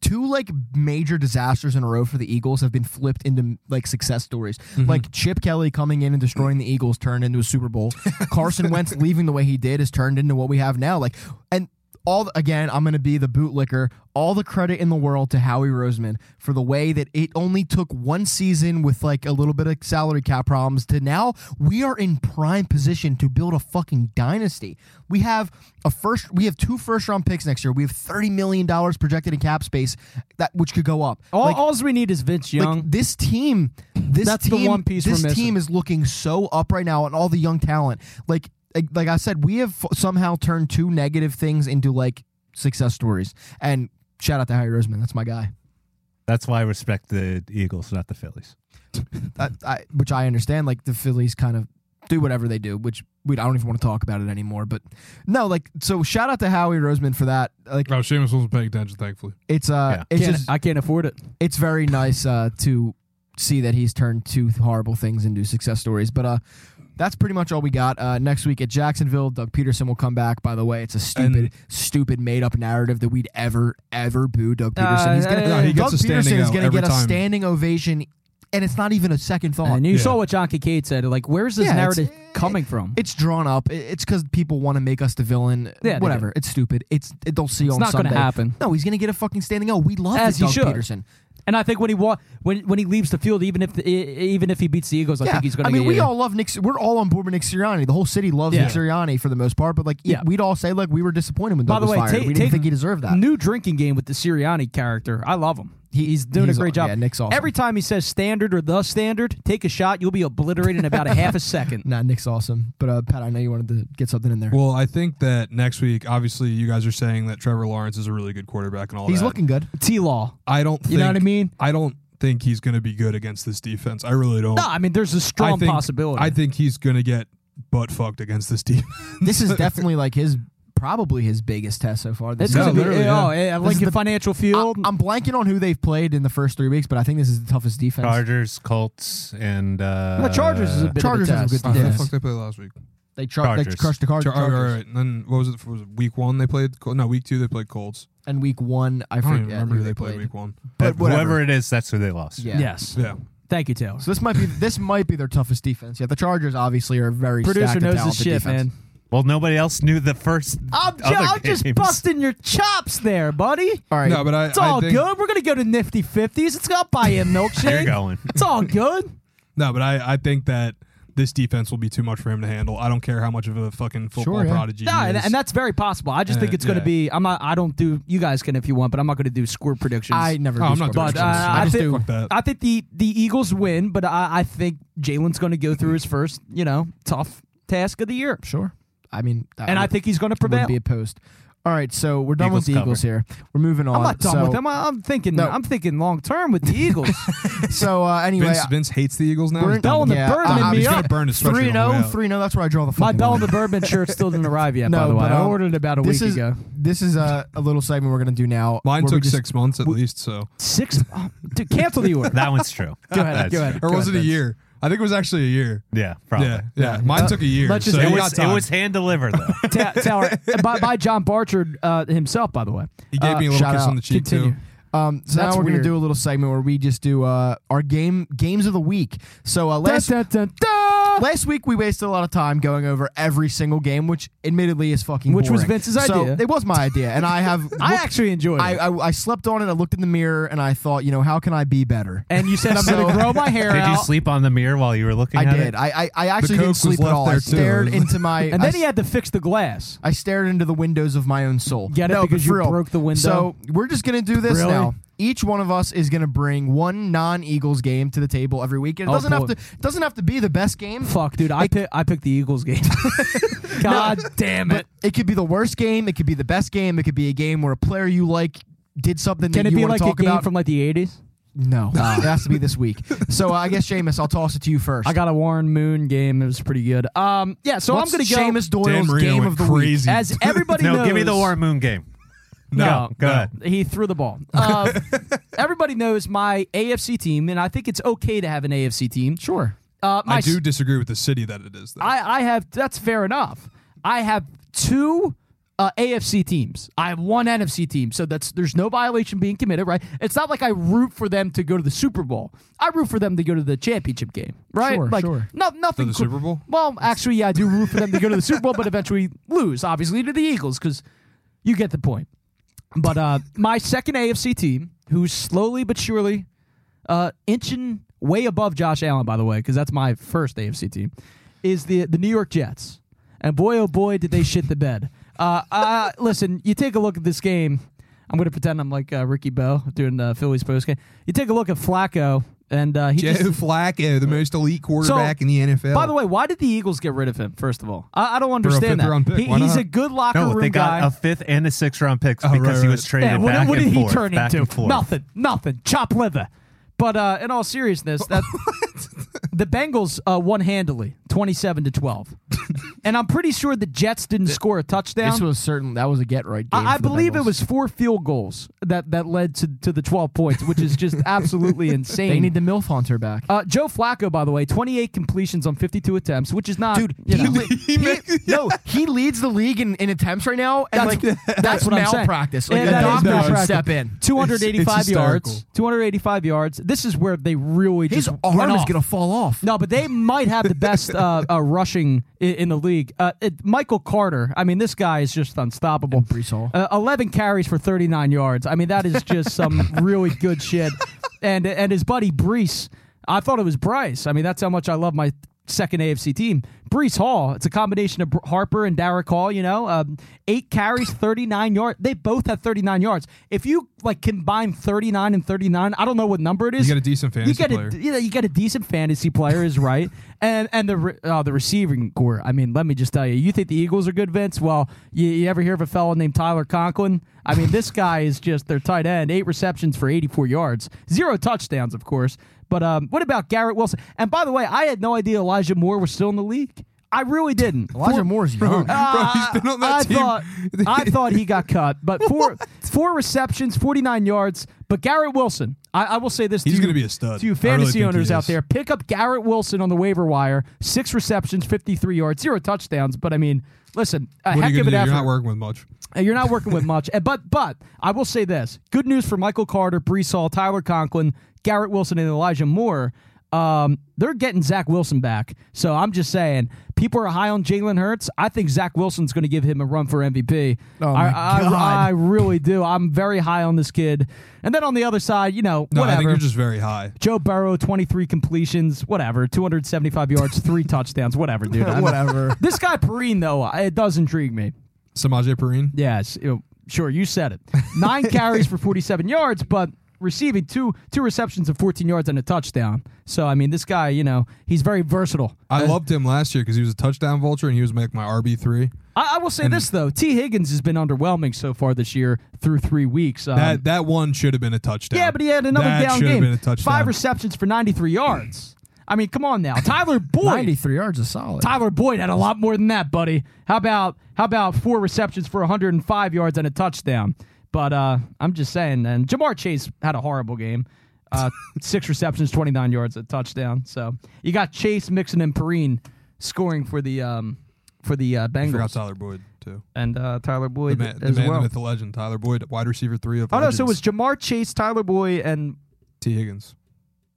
two like major disasters in a row for the Eagles have been flipped into like success stories.
Mm-hmm.
Like Chip Kelly coming in and destroying the Eagles turned into a Super Bowl. Carson Wentz leaving the way he did is turned into what we have now. Like and all the- again, I'm going to be the bootlicker. All the credit in the world to Howie Roseman for the way that it only took one season with like a little bit of salary cap problems to now we are in prime position to build a fucking dynasty. We have a first, we have two first round picks next year. We have thirty million dollars projected in cap space that which could go up.
all,
Like-
alls we need is Vince
like,
Young.
this team, this
That's the
team,
one piece we're
this
missing.
team is looking so up right now, and all the young talent. Like, like, like I said, we have f- somehow turned two negative things into like success stories. And shout out to Harry Roseman, that's my guy.
That's why I respect the Eagles, not the Phillies.
I, I, which I understand. Like the Phillies kind of do whatever they do, which we I don't even want to talk about it anymore. But no, like so, shout out to Howie Roseman for that. Like
Oh, Seamus wasn't paying attention, thankfully.
it's uh,
Yeah.
it's
Can't-
just
I can't afford it.
it's very nice uh, to see that he's turned two horrible things into success stories. But uh, that's pretty much all we got. Uh, next week at Jacksonville, Doug Peterson will come back. By the way, it's a stupid,
And-
stupid made up narrative that we'd ever, ever boo Doug
Uh,
Peterson. he's gonna,
yeah, he
gets
Doug
a standing
Peterson is
out
going to
every
get a
time.
standing ovation, and it's not even a second thought.
And you
Yeah.
saw what John Kincaid said. Like, where's this
Oh, Yeah, it's-
narrative coming from?
it's drawn up. I- It's because people want to make us the villain.
Yeah, they
Whatever. It's stupid. It's it, they'll see you on
not gonna
Sunday.
happen.
No, he's going to get a fucking standing O. We love
As he
the Doug
should.
Peterson.
And I think when he wa- when when he leaves the field, even if the, e- even if he beats the Eagles, I think he's going to.
I mean, we all love Nick. We're all on board with Nick Sirianni. The whole city loves
Yeah.
Nick Sirianni for the most part. But like,
Yeah.
we'd all say like we were disappointed when
By
Doug
the
was
way,
fired.
take,
we didn't
take
think he deserved that.
New drinking game with the Sirianni character. I love him. He- He's doing
he's
a great
aw-
job.
yeah, Nick's awesome.
Every time he says standard or the standard, take a shot. You'll be obliterated in about a half a second.
nah, Nick's awesome. But uh, Pat, I know you wanted to get something in there.
Well, I think that next week, obviously, you guys are saying that Trevor Lawrence is a really good quarterback and all
he's
that.
looking good.
T Law.
I don't. Think,
You know what I mean?
I don't think he's going to be good against this defense. I really don't.
No, I mean, there's a strong
I think,
possibility.
I think he's going to get butt fucked against this defense.
This is definitely like his probably his biggest test so far. This
it's
season.
going to be
literally, yeah.
oh, yeah, Lincoln
the-
Financial Field.
I, am blanking on who they've played in the first three weeks, but I think this is the toughest defense.
Chargers, Colts, and uh,
the Chargers is a bit
Chargers
of a
have a
test.
good
Who the
Yes.
fuck they play last week?
They, char- they
Chargers.
crushed the Car-
Char- all right, all
Chargers.
right. And then what was it? For, was it week one they played? Col- No, week two they played Colts.
And week one, I
I don't
forget
even remember
who
who they played week one.
but
but whatever.
whoever it is, that's who they lost.
Yeah.
Yes.
Yeah.
Thank you, Taylor.
So this might be this might be their toughest defense. Yeah, the Chargers obviously are a very
Producer
stacked and
knows this
talented
shit,
defense.
man.
Well, nobody else knew the first.
I'm, ju-
other
I'm just
games.
busting your chops there, buddy.
All right,
No, but I.
It's all
I think,
good. We're gonna go to Nifty Fifties. It's gonna buy you a
You're
milkshake.
going.
It's all good.
No, but I. I think that this defense will be too much for him to handle. I don't care how much of a fucking football
Sure, yeah.
prodigy.
No,
he
and,
is.
and that's very possible. I just think
Uh,
it's gonna
yeah.
be. I'm not. I don't do. You guys can if you want, but I'm not gonna do score predictions.
I never.
Oh,
do
I'm not
score
doing
but uh,
predictions.
I
I,
just
think
do. Fuck that.
I think the the Eagles win, but I, I think Jalen's gonna go through his first, you know, tough task of the year,
sure. I mean, that
and I
would-
think he's gonna
would
prevail.
be opposed. All right, so we're done
Eagles
with the
cover.
Eagles here. We're moving on.
I'm not done
so,
with them. I, I'm thinking.
No.
I'm thinking long term with the Eagles.
So uh, anyway,
Vince, Vince hates the Eagles now.
We're
He's
in-
done
Bell
with
and the
Yeah,
Birdman
I'm
me
just
up.
gonna burn his sweatshirt
three
on the way
zero,
out.
three zero. That's where I draw the
My
fucking
Bell
line.
and the Bourbon shirt still didn't arrive yet. by
No,
the way,
but,
I
um,
ordered it about a
this
week
is
ago.
this is a, a little segment we're gonna do now.
Mine
where we
took
just-
six months at least. So,
Six, oh, dude, cancel the order.
That one's true.
Go ahead,
That's
go ahead.
true.
or
Go
was
ahead,
it a
Vince.
year? I think it was actually a year.
Yeah, probably.
Yeah, yeah. Mine took a year.
let's just-
so
It
you
It
got
was, it
time.
was hand delivered though.
Ta- Tower by, by John Barchard uh, himself, by the way.
He gave
Uh,
me a little
shout
kiss
out.
on the cheek
Continue.
too.
Um,
That's
so now we're
weird.
gonna do a little segment where we just do uh, our game games of the week. So uh, last
Dun, dun, dun, dun.
last week we wasted a lot of time going over every single game, which admittedly is fucking.
Which was
boring.
Vince's
So,
idea.
it was my idea, and I have.
I actually enjoyed it.
I, I, I slept on it. I looked in the mirror and I thought, you know, how can I be better?
and you said I'm going
So-
to grow my hair
Did you
out.
sleep on the mirror while you were looking
I
at
did.
it?
I, I, I actually
Coke
didn't
was
sleep at
left
all. I
there, too.
stared into my.
and
I
then he had to fix the glass.
I stared into the windows of my own soul.
Get it?
No, but
Because you
for real.
broke the window?
So we're just gonna do this
Really?
now. Each one of us is going to bring one non-Eagles game to the table every week. And it
Oh,
doesn't have
boy.
to it doesn't have to be the best game.
Fuck, dude. I pick, I picked the Eagles game. God damn it.
It could be the worst game. It could be the best game. It could be a game where a player you like did something
Can
that
it
you
be
want
like
to
a
talk
game
about.
from like the 80s?
no, it has to be this week. So uh, I guess Seamus, I'll toss it to you first.
I got a Warren Moon game. It was pretty good. Um, yeah, so
What's
I'm going to go.
Seamus
Dan
Doyle's
Marino
game
went
of the week.
crazy.
As everybody
no,
knows.
give me the Warren Moon game.
No,
go ahead.
He threw the ball. Uh, everybody knows my AFC team, and I think it's okay to have an AFC team.
Sure.
Uh, my
I do disagree with the city that it is. Though.
I, I have that's fair enough. I have two uh, AFC teams. I have one NFC team. So that's there's no violation being committed, right? It's not like I root for them to go to the Super Bowl. I root for them to go to the championship game, right?
Sure,
like
sure.
no- nothing
the
cr-
Super Bowl?
Well, actually, yeah, I do root for them to go to the Super Bowl, but eventually lose, obviously, to the Eagles because you get the point. But uh, my second AFC team, who's slowly but surely uh, inching way above Josh Allen, by the way, because that's my first AFC team, is the the New York Jets. And boy, oh boy, did they shit the bed. Uh, uh, listen, you take a look at this game. I'm going to pretend I'm like uh, Ricky Bowe doing uh, Phillies post game. You take a look at Flacco, and uh, he
Joe
just
Flacco, the most elite quarterback
So,
in the NFL.
by the way, why did the Eagles get rid of him? First of all, I, I don't understand that.
fifth-round pick,
He-
why
he's
not?
a good locker
No,
room
they got
guy.
a fifth and a sixth round pick
Oh,
because
right,
he
right.
was traded
Yeah, what,
back
what
and
did he
forth,
turn
back
into?
and forth.
Nothing, nothing. Chop liver. But uh, in all seriousness, that the Bengals uh, won handily, twenty-seven to twelve, and I'm pretty sure the Jets didn't score a touchdown.
This was certain. That was a get right game.
I, I
for the
believe it
Bengals.
was four field goals that, that led to, to the twelve points, which is just absolutely insane.
They need the milf hunter back.
uh, Joe Flacco, by the way, twenty-eight completions on fifty-two attempts, which is not
Dude,
you
he,
know.
le- he- no, he leads the league in, in attempts right now, and
That's-
like that's,
that's what I'm saying.
malpractice.
Yeah,
Like
that is
the doctor should
malpractice.
step in.
285
It's- it's
yards.
hysterical.
285 yards. This is where they really
His
just run
arm is
off.
gonna fall off.
No, but they might have the best uh, uh, rushing in, in the league. Uh, it, Michael Carter, I mean, this guy is just unstoppable.
And Brees Hall.
Uh, 11 carries for 39 yards. I mean, that is just some really good shit. And and his buddy Brees, I thought it was Bryce. I mean, that's how much I love my second AFC team. Brees Hall, it's a combination of Br- Harper and Derek Hall, you know. Um, eight carries, 39 yards. They both have 39 yards. If you, like, combine 39 and 39, I don't know what number it is.
You get a decent
You
fantasy
get
player.
a, you know, you get a decent fantasy player is right, and and the re- uh, the receiving core. I mean, let me just tell you, you think the Eagles are good, Vince? Well, you, you ever hear of a fellow named Tyler Conklin? I mean, this guy is just their tight end. Eight receptions for 84 yards, zero touchdowns, of course. But um, what about Garrett Wilson? And by the way, I had no idea Elijah Moore was still in the league. I really didn't.
Elijah Moore's young.
Bro, he's been on that
I
team.
Thought, I thought he got cut, but four four receptions, forty nine yards. But Garrett Wilson, I, I will say this: to
He's
you-
gonna be a stud.
To you
I really
fantasy
think he
owners out
is.
there, pick up Garrett Wilson on the waiver wire. Six receptions, fifty three yards, zero touchdowns. But I mean, listen, a
what are
heck
you
of
gonna
an
do? You're
effort.
not working with much.
And you're not working with much. And- But but I will say this: good news for Michael Carter, Brees Hall, Tyler Conklin, Garrett Wilson, and Elijah Moore. Um, they're getting Zach Wilson back. So I'm just saying, people are high on Jalen Hurts. I think Zach Wilson's going to give him a run for MVP.
Oh,
I,
my
I-
God.
I really do. I'm very high on this kid. And then on the other side, you know,
No, I think
whatever.
you're just very high.
Joe Burrow, 23 completions, whatever, 275 yards, three touchdowns, whatever, dude. I'm-
Whatever.
This guy Perrine, though, I- it does intrigue me.
Samaje Perine.
Yes, you know, sure, you said it. Nine carries for 47 yards, but receiving two two receptions of 14 yards and a touchdown. So I mean, this guy, you know, he's very versatile.
I
Uh,
loved him last year because he was a touchdown vulture and he was like my RB three.
I, I will say this though: T. Higgins has been underwhelming so far this year through three weeks. Um,
That that one should have been a touchdown.
yeah, but he had another
that
down
should
game.
Have been a touchdown.
Five receptions for 93 yards. I mean, come on now, Tyler Boyd.
93 yards is solid.
Tyler Boyd had a lot more than that, buddy. How about how about four receptions for 105 yards and a touchdown? But uh, I'm just saying, and Jamar Chase had a horrible game. Uh, six receptions, 29 yards, a touchdown. So you got Chase, Mixon, and Perrine scoring for the um, for the uh,
I forgot
Bengals
Tyler Boyd too.
and uh, Tyler
The
Boyd
man, the,
as
man, the
well.
myth, the legend. Tyler Boyd, wide receiver three of.
Oh no, so it was
legends.
Jamar Chase, Tyler Boyd, and
T Higgins.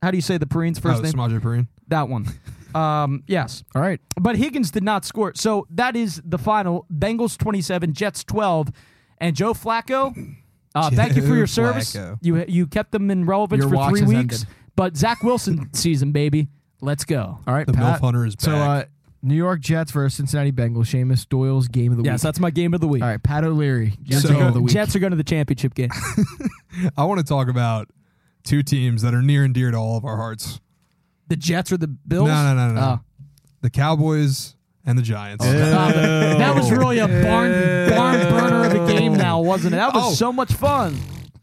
how do you say the Perrine's first
oh,
name?
Samaje Perine.
that one. Um, yes.
All right.
But Higgins did not score. So that is the final Bengals 27, Jets 12. And Joe Flacco, uh, thank you for your
Joe
service.
Flacco.
You you kept them in relevance
Your
for
watch
three
has
weeks.
ended.
But Zach Wilson season, baby. Let's go.
All right.
The
Pat.
MILF Hunter is
So, uh,
back.
New York Jets versus Cincinnati Bengals. Seamus Doyle's game of the
Yes,
week.
that's my game of the week.
All right, Pat O'Leary. Jets
So-
game of the week.
Jets are going to the championship game. uh,
I want to talk about two teams that are near and dear to all of our hearts:
the Jets or the Bills?
No, no, no, no, no.
Oh.
the Cowboys and the Giants.
Stop it. Oh. That was really a barn, barn burner of a game now, wasn't it? That was
Oh.
so much fun.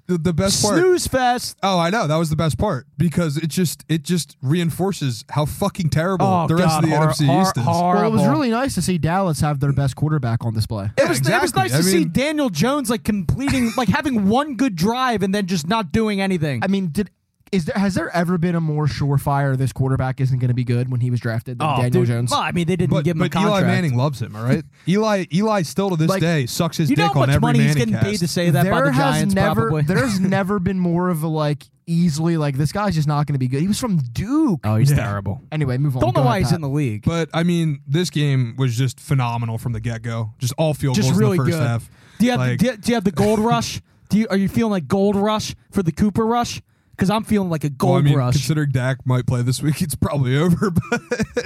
The, the best part.
Snooze fest.
Oh, I know. That was the best part because it just it just reinforces how fucking terrible
Oh,
the rest
God,
of the
hor-
NFC
hor-
East is.
Well, it was
horrible.
really nice to see Dallas have their best quarterback on display.
It was, it was
exactly.
nice
I
to see
mean-
Daniel Jones like completing, like having one good drive and then just not doing anything.
I mean, did is there has there ever been a more surefire this quarterback isn't going to be good when he was drafted than Daniel
Oh, dude.
Jones?
Well, I mean, they didn't
but
give him a
but Eli
contract.
Manning loves him. All right, Eli Eli still to this
Like,
day sucks his
you know
dick
how
on
much
every
money
Manning
he's getting
cast.
paid to say that by the Giants?
never
probably.
there's never been more of a like easily like this guy's just not going to be good. He was from Duke.
oh, he's terrible.
Anyway, move on.
Don't
Go
know
ahead,
why he's
Pat.
in the league.
But I mean, this game was just phenomenal from the get go. Just all field
just
goals
really
in the first
good.
half.
Do you have
Like-
do, you, do you have the gold rush? Do you are you feeling like gold rush for the Cooper rush? Because I'm feeling like a gold
Well, I mean,
rush.
considering Dak might play this week, it's probably over. But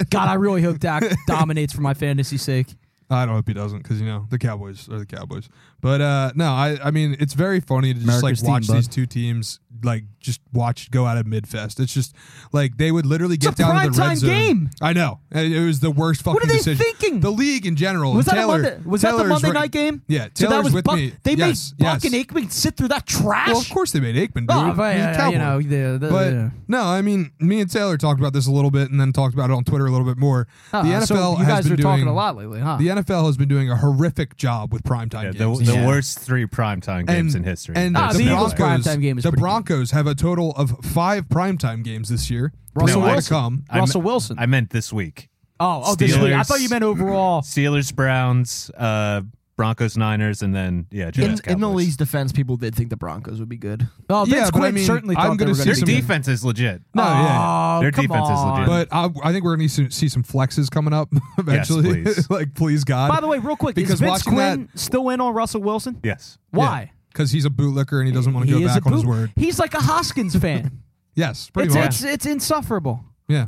God, I really hope Dak dominates for my fantasy sake.
I don't hope he doesn't because you know the Cowboys are the Cowboys. But uh, no, I I mean it's very funny to just
America's
like watch
team, bud.
these two teams like just watch go out at midfest. It's just like they would literally get
a
down to the
primetime
red zone.
game.
I know it it was the worst fucking
are they
decision.
thinking?
The league in general.
Was
and
that a
Taylor,
Monday? Was that the
Taylor's
Monday
right-
night game?
Yeah,
so that
Taylor's
was
with
Buck-
me.
They
yes,
made Buck
yes.
and Aikman sit through that trash.
Well, of course they made Aikman do
Oh,
it.
but,
He's a
uh,
Cowboy.
you know, the, the,
But
the-
no, I mean, me and Taylor talked about this a little bit, and then talked about it on Twitter a little bit more. the
Uh,
NFL
so you
has
guys
been
are talking
doing-
a lot lately, huh?
The NFL has been doing a horrific job with primetime
Yeah,
games.
the, the
Yeah.
worst three primetime games in history.
And
Ah,
the,
the Eagles'
Broncos,
primetime game is
the
pretty good.
Broncos have a total of five primetime games this year.
Russell
More to
Wilson.
come.
I me-
Russell Wilson.
I meant this week.
oh, oh, this week. I
Steelers.
thought you meant overall.
Steelers, Browns, uh, Broncos, Niners, and then yeah,
In,
Jets,
in the
Cowboys.
league's defense, people did think the Broncos would be good.
Oh, Vince
Yeah, but I
Quinn
mean,
certainly
I'm
thought they
gonna
were
see
gonna
Their
be
some-
good.
defense is legit.
No, yeah.
Oh,
Their
come
defense is
on.
legit.
But I, I think we're going to see some flexes coming up eventually.
please.
like, please, God.
By the way, real quick, is
Because
Vince
watching
Quinn still in on Russell Wilson?
Yes.
Why?
Because he's a bootlicker and he doesn't want to go
is
back
a
on his
boo-
word.
He's like a Hoskins fan.
Yes, pretty
it's,
much.
it's it's insufferable.
yeah.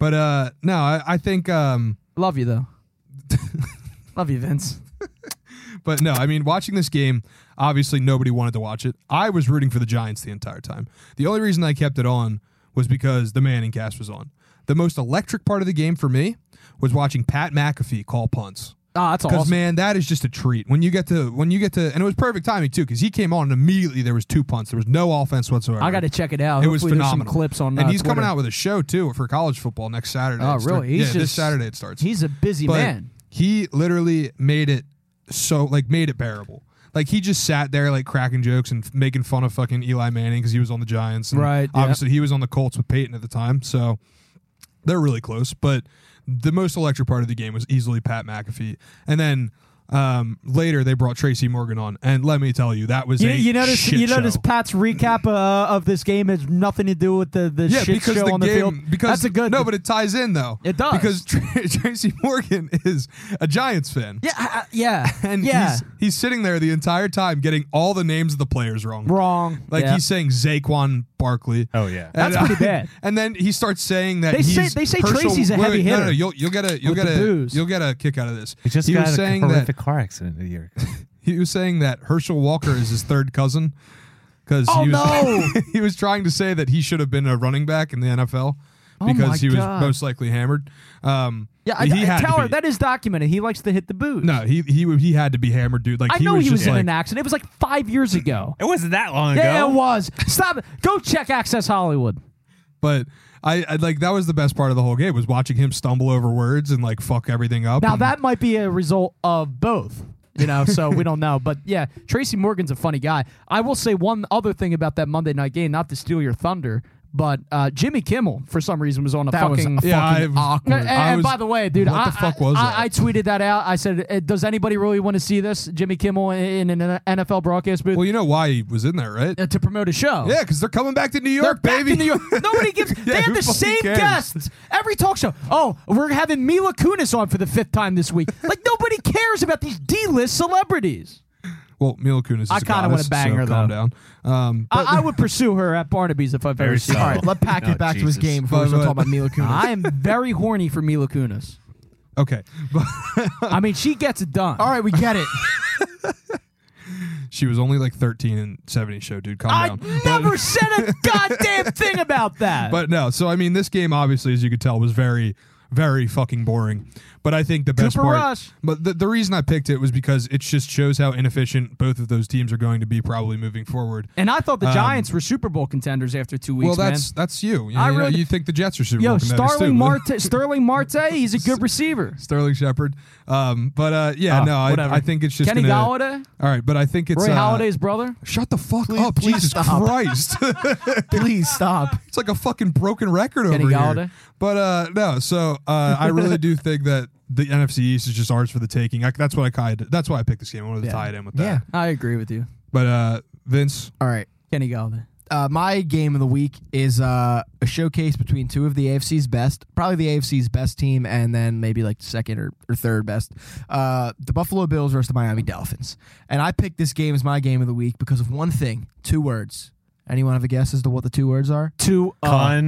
But uh, no, I, I think. Um,
Love you though. Love you, Vince.
But no, I mean, watching this game, obviously nobody wanted to watch it. I was rooting for the Giants the entire time. The only reason I kept it on was because the Manning cast was on. The most electric part of the game for me was watching Pat McAfee call punts.
Ah, that's
Because
awesome.
man, that is just a treat when you get to when you get to, and it was perfect timing too. Because he came on and immediately there was two punts. There was no offense whatsoever.
I got to check it out.
It was
Hopefully there's
phenomenal.
Some clips on.
and
uh,
he's coming
Twitter.
out with a show too for college football next Saturday.
Oh,
It start-
really? He's
yeah, this
just-
Saturday it starts.
He's a busy
But
man.
He literally made it so like made it bearable. Like he just sat there like cracking jokes and f- making fun of fucking Eli Manning because he was on the Giants. And
Right, yeah.
Obviously, he was on the Colts with Peyton at the time, so they're really close. But the most electric part of the game was easily Pat McAfee, and then. Um, later they brought Tracy Morgan on, and let me tell you, that was
You,
a
you notice
shit
you
show.
notice Pat's recap uh, of this game has nothing to do with the the
yeah,
shit
because
show
the
on the
game
field.
because
that's a good
no, but it ties in though.
It does.
because Tr- Tracy Morgan is a Giants fan.
yeah, I- I- yeah,
and
yeah.
he's he's sitting there the entire time getting all the names of the players wrong.
wrong.
Like
yeah.
he's saying Zaquan Barkley.
Oh yeah.
That's
And-
pretty bad.
And then he starts saying that
They say-
he's
they say
Herschel-
Tracy's a
wait,
heavy
wait, No, no,
hitter
you'll you'll get a you'll
with
get
the
a
booze.
you'll get a kick out of this.
He just
he
got
was
a
saying
horrific
that
car accident a year ago.
he was saying that Herschel Walker is his third cousin because
Oh,
he was
no.
he was trying to say that he should have been a running back in the NFL
my
because he was
God.
most likely hammered. Um,
Oh yeah, I,
he had to
Tower.
be.
That is documented. He likes to hit the booze.
no, he he he had to be hammered, dude. Like
I know he
just
was in
like,
an accident. It was like five years ago.
It wasn't that long
Yeah,
ago.
it was. Stop it. Go check Access Hollywood.
But I, I like that was the best part of the whole game was watching him stumble over words and like fuck everything up.
Now
And
that might be a result of both, you know. So we don't know, but yeah, Tracy Morgan's a funny guy. I will say one other thing about that Monday night game, not to steal your thunder, but uh, Jimmy Kimmel for some reason was on a
That was
fucking.
yeah, I,
fucking awkward.
and,
I
and
was-
by the way, dude,
what
I,
the fuck was
I,
that?
I, I tweeted that out. I said, "Eh, "Does anybody really want to see this?" Jimmy Kimmel in an NFL broadcast booth
well, you know why he was in there, right?
uh, to promote a show.
Yeah, because they're coming back to New
They're
York,
back
baby.
in New York. Nobody gives.
Yeah,
they
who
have the
fucking
same
cares?
guests every talk show. Oh, we're having Mila Kunis on for the fifth time this week. Like nobody cares about these D-list celebrities.
Well, Mila Kunis. Is
I kinda
kind of
wanna bang her,
Calm
though.
down. Um, but
I, I would pursue her at Barnaby's if I've ever
Very
seen.
subtle.
All right, let Pack
Oh,
get back to his
Jesus.
game before we
But-
start
but-
talking about Mila Kunis.
I am very horny for Mila Kunis.
Okay, but
I mean, she gets it done.
All right, we get it.
she was only like 13 in 70 show, dude. Calm
I
down.
never said a goddamn thing about that.
But no, so I mean, this game obviously, as you could tell, was very, very fucking boring. But I think the best
Cooper
part,
Rush.
but the, the reason I picked it was because it just shows how inefficient both of those teams are going to be probably moving forward.
and I thought the
Um,
Giants were Super Bowl contenders after two weeks.
well, that's
man.
that's you. You,
I
you know,
really-
you think the Jets are Super
yo
Bowl contenders too,
Sterling
but-
Marte. Sterling Marte, he's a good receiver.
Sterling Shepard. Um, but uh, yeah,
Oh,
no,
whatever.
I, I think it's just
Kenny
gonna,
Galladay,
All right, but I think it's
Roy
uh,
Halladay's brother.
Shut the fuck up,
please
Jesus
stop.
Christ!
Please stop.
It's like a fucking broken record over
Kenny Galladay?
here. But uh, no, so uh, I really do think that the NFC East is just ours for the taking. I, that's what I tied. That's why I picked this game. I wanted to
Yeah.
tie it in with that.
Yeah.
I agree with you,
But uh, Vince,
All right.
Kenny Galladay.
Uh, my game of the week is uh, a showcase between two of the AFC's best, probably the AFC's best team, and then maybe like second or, or third best. Uh, the Buffalo Bills versus the Miami Dolphins. And I picked this game as my game of the week because of one thing two words. Anyone have a guess as to what the two words are?
Two uh,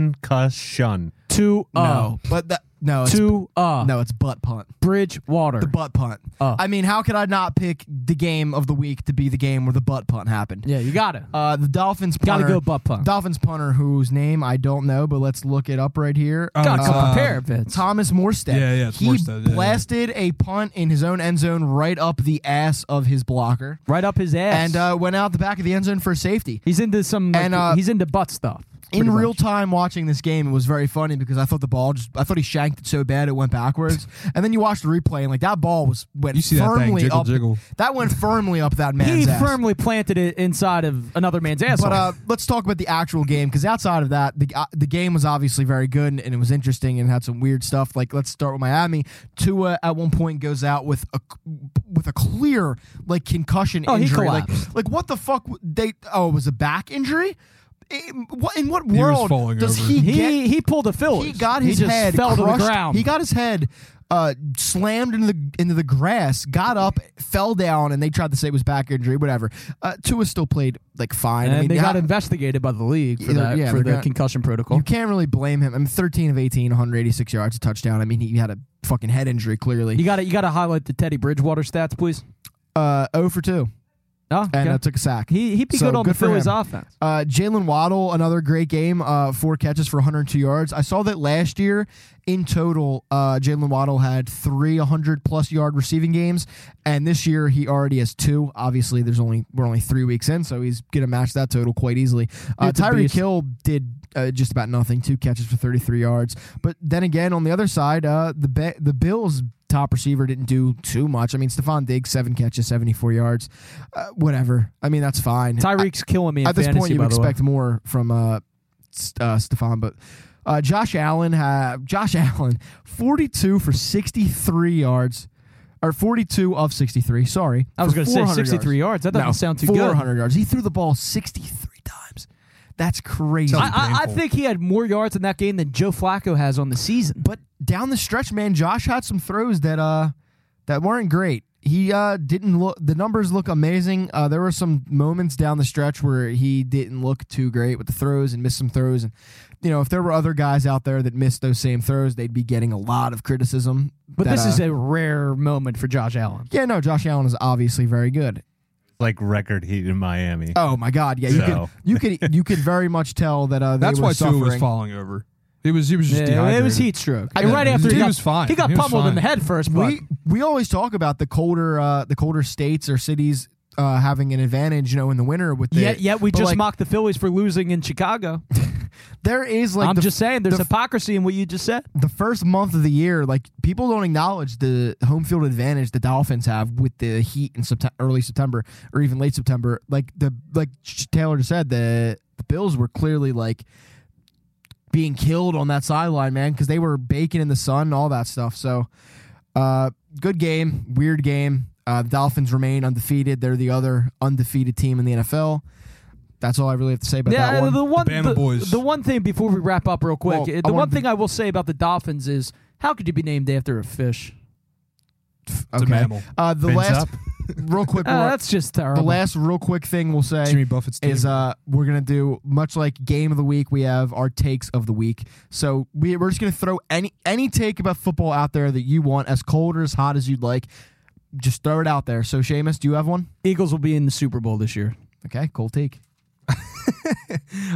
Concussion.
two uh,
No. But that, no, it's,
two uh,
no, it's butt punt.
Bridgewater.
The butt punt.
Oh.
I mean, how could I not pick the game of the week to be the game where the butt punt happened?
yeah, you got it.
Uh, the Dolphins punter.
Gotta go butt punt.
Dolphins punter, whose name I don't know, but let's look it up right here.
Gotta
Uh,
come prepare, Vince.
Thomas Morstead.
Yeah, yeah, it's
he
Morstead, yeah, yeah.
blasted a punt in his own end zone right up the ass of his blocker,
right up his ass.
and uh, went out the back of the end zone for a safety.
he's into some. Like,
and, uh,
he's into butt stuff.
In
pretty
real
much.
time, watching this game, it was very funny because I thought the ball just—I thought he shanked it so bad it went backwards, and then you watch the replay and like that ball was went
you see that thing
firmly
jiggle
up.
jiggle.
That went firmly up that man's
he
ass.
firmly planted it inside of another man's asshole.
But uh, let's talk about the actual game because outside of that, the uh, the game was obviously very good and, and it was interesting and had some weird stuff. Like let's start with Miami. Tua at one point goes out with a with a clear like concussion
Oh, he
injury. like
collapsed.
like what the fuck? w- They oh, it was a back injury. In what, in what
was
world
falling
does
over.
he
he
get
he pulled a Phillies.
he got his
he just
head
fell to
crushed-
the ground.
He got his head uh, slammed into the into the grass, got up, fell down, and they tried to say it was back injury, whatever. Uh, Tua still played like fine.
and
I mean,
they
how-
got investigated by the league for
Yeah,
that
yeah,
for
they're
the
gonna-
concussion protocol.
you can't really blame him. I mean, 13 of 18, 186 yards, a touchdown. I mean, he had a fucking head injury
You
clearly.
got to you got to highlight the Teddy Bridgewater stats, please.
Uh, 0 for 2,
Oh,
and
okay.
uh, took a sack.
he he'd be
so
good on
good
the
for
Phillies
him.
offense.
Uh, Jalen Waddle, another great game. Uh, four catches for 102 yards. I saw that last year in total, uh, Jalen Waddle had three 100 plus yard receiving games, and this year he already has two. Obviously, there's only we're only three weeks in, so he's gonna match that total quite easily. Uh,
Dude's a
Tyreek
beast.
Hill did uh, just about nothing, two catches for 33 yards. But then again, on the other side, uh, the ba- the Bills. Top receiver didn't do too much. I mean, Stephon Diggs seven catches, seventy four yards, uh, whatever. I mean, that's fine.
Tyreek's killing me in
At this
fantasy,
point, you
by
would
the way.
expect more from uh, S- uh, Stefan, but uh, Josh Allen, ha- Josh Allen, forty-two for sixty-three yards, or forty-two of sixty-three. Sorry,
I was
for
going to say
400
63 yards. That doesn't
No,
sound too
Four
good.
hundred yards. He threw the ball sixty-three times. That's crazy.
I, I, I
Painful.
think he had more yards in that game than Joe Flacco has on the season.
but down the stretch, man, Josh had some throws that uh that weren't great. He uh didn't look. The numbers look amazing. Uh, there were some moments down the stretch where he didn't look too great with the throws and missed some throws. And you know, if there were other guys out there that missed those same throws, they'd be getting a lot of criticism.
But
that,
this is
uh,
a rare moment for Josh Allen.
yeah, no, Josh Allen is obviously very good.
Like record heat in Miami.
Oh my God, yeah, you
So.
could you could you could very much tell that uh, they
that's
were
why
suffering.
Tua was falling over. He was he was just
Yeah,
dehydrated.
it was heat stroke. And
Yeah,
right
he
after
was-
he,
he
got,
was fine.
He got
He was
pummeled in
fine.
the head first, but
we we always talk about the colder uh, the colder states or cities uh, having an advantage, you know, in the winter with the
yet, yet we
but,
just
like,
mocked the Phillies for losing in Chicago.
there is like
I'm
the,
just saying, there's
the-
hypocrisy in what you just said.
the first month of the year, like people don't acknowledge the home field advantage the Dolphins have with the heat in September, early September or even late September. Like the like Taylor just said, the, the Bills were clearly like being killed on that sideline, man, because they were baking in the sun and all that stuff. So, uh, good game, weird game. Uh, the Dolphins remain undefeated. They're the other undefeated team in the NFL. That's all I really have to say about that one.
the one
The Bama
the,
boys.
the one thing before we wrap up real quick,
Well,
uh, the
I
one
wanted to-
thing I will say about the Dolphins is how could you be named after a fish?
It's a mammal.
Uh, the
Fins
last
up.
real quick,
Uh,
we're-
that's just terrible.
the last real quick thing we'll say
Jimmy Buffett's team.
is uh we're gonna do much like game of the week we have our takes of the week so we, we're just gonna throw any any take about football out there that you want as cold or as hot as you'd like just throw it out there so Seamus do you have one
Eagles will be in the Super Bowl this year.
okay cool take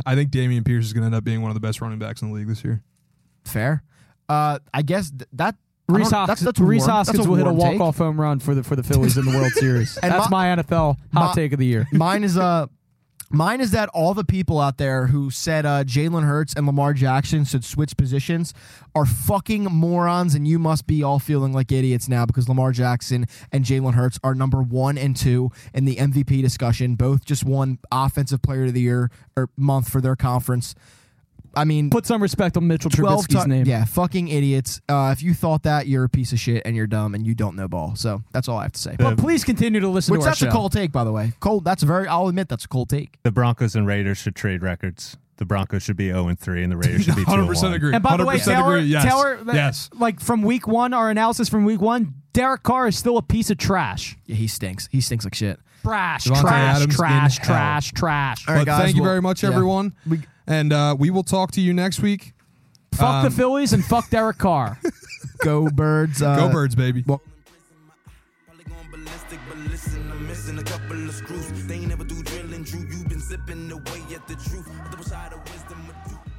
I think Damian Pierce is going to end up being one of the best running backs in the league this year.
fair uh I guess th- that I
Reese
don't-
Hoskins,
that's, that's a
Reese
warm- that's
Hoskins will hit a
warm take.
walk-off home run for the for the Phillies in the World Series.
And
That's my, NFL hot
my-
take of the year.
Mine is uh mine is that all the people out there who said uh Jalen Hurts and Lamar Jackson should switch positions are fucking morons and you must be all feeling like idiots now because Lamar Jackson and Jalen Hurts are number one and two in the MVP discussion. Both just won offensive player of the year or month for their conference. I mean
Put some respect on Mitchell
12
Trubisky's
ti-
name.
Yeah, fucking idiots. Uh, if you thought that, you're a piece of shit and you're dumb and you don't know ball. So that's all I have to say.
But please continue to listen
Which
to our
that's a
show.
cold take, by the way. Cold. That's a very. I'll admit that's a cold take.
The Broncos and Raiders should trade records. The Broncos should be 0 and 3, and the Raiders should be 2
100
and
percent
1.
agree.
And by the way,
100%
Taylor,
agree. Yes.
Taylor, th-
yes.
like from week one, our analysis from week one, Derek Carr is still a piece of trash.
Yeah, he stinks. He stinks like shit.
Trash,
Devontae
trash,
Adams
trash,
in hell.
trash, trash.
All right,
but
guys,
thank you
well-
very much,
yeah.
everyone.
We-
and uh, we will talk to you next week.
Fuck the
Um,
Phillies and fuck Derek Carr.
Go birds. Uh,
Go birds, baby.
Probably going ballistic, but listen, I'm missing a couple of screws. They ain't never do drilling, Drew. You've been zipping away at the truth. Double side of wisdom with you.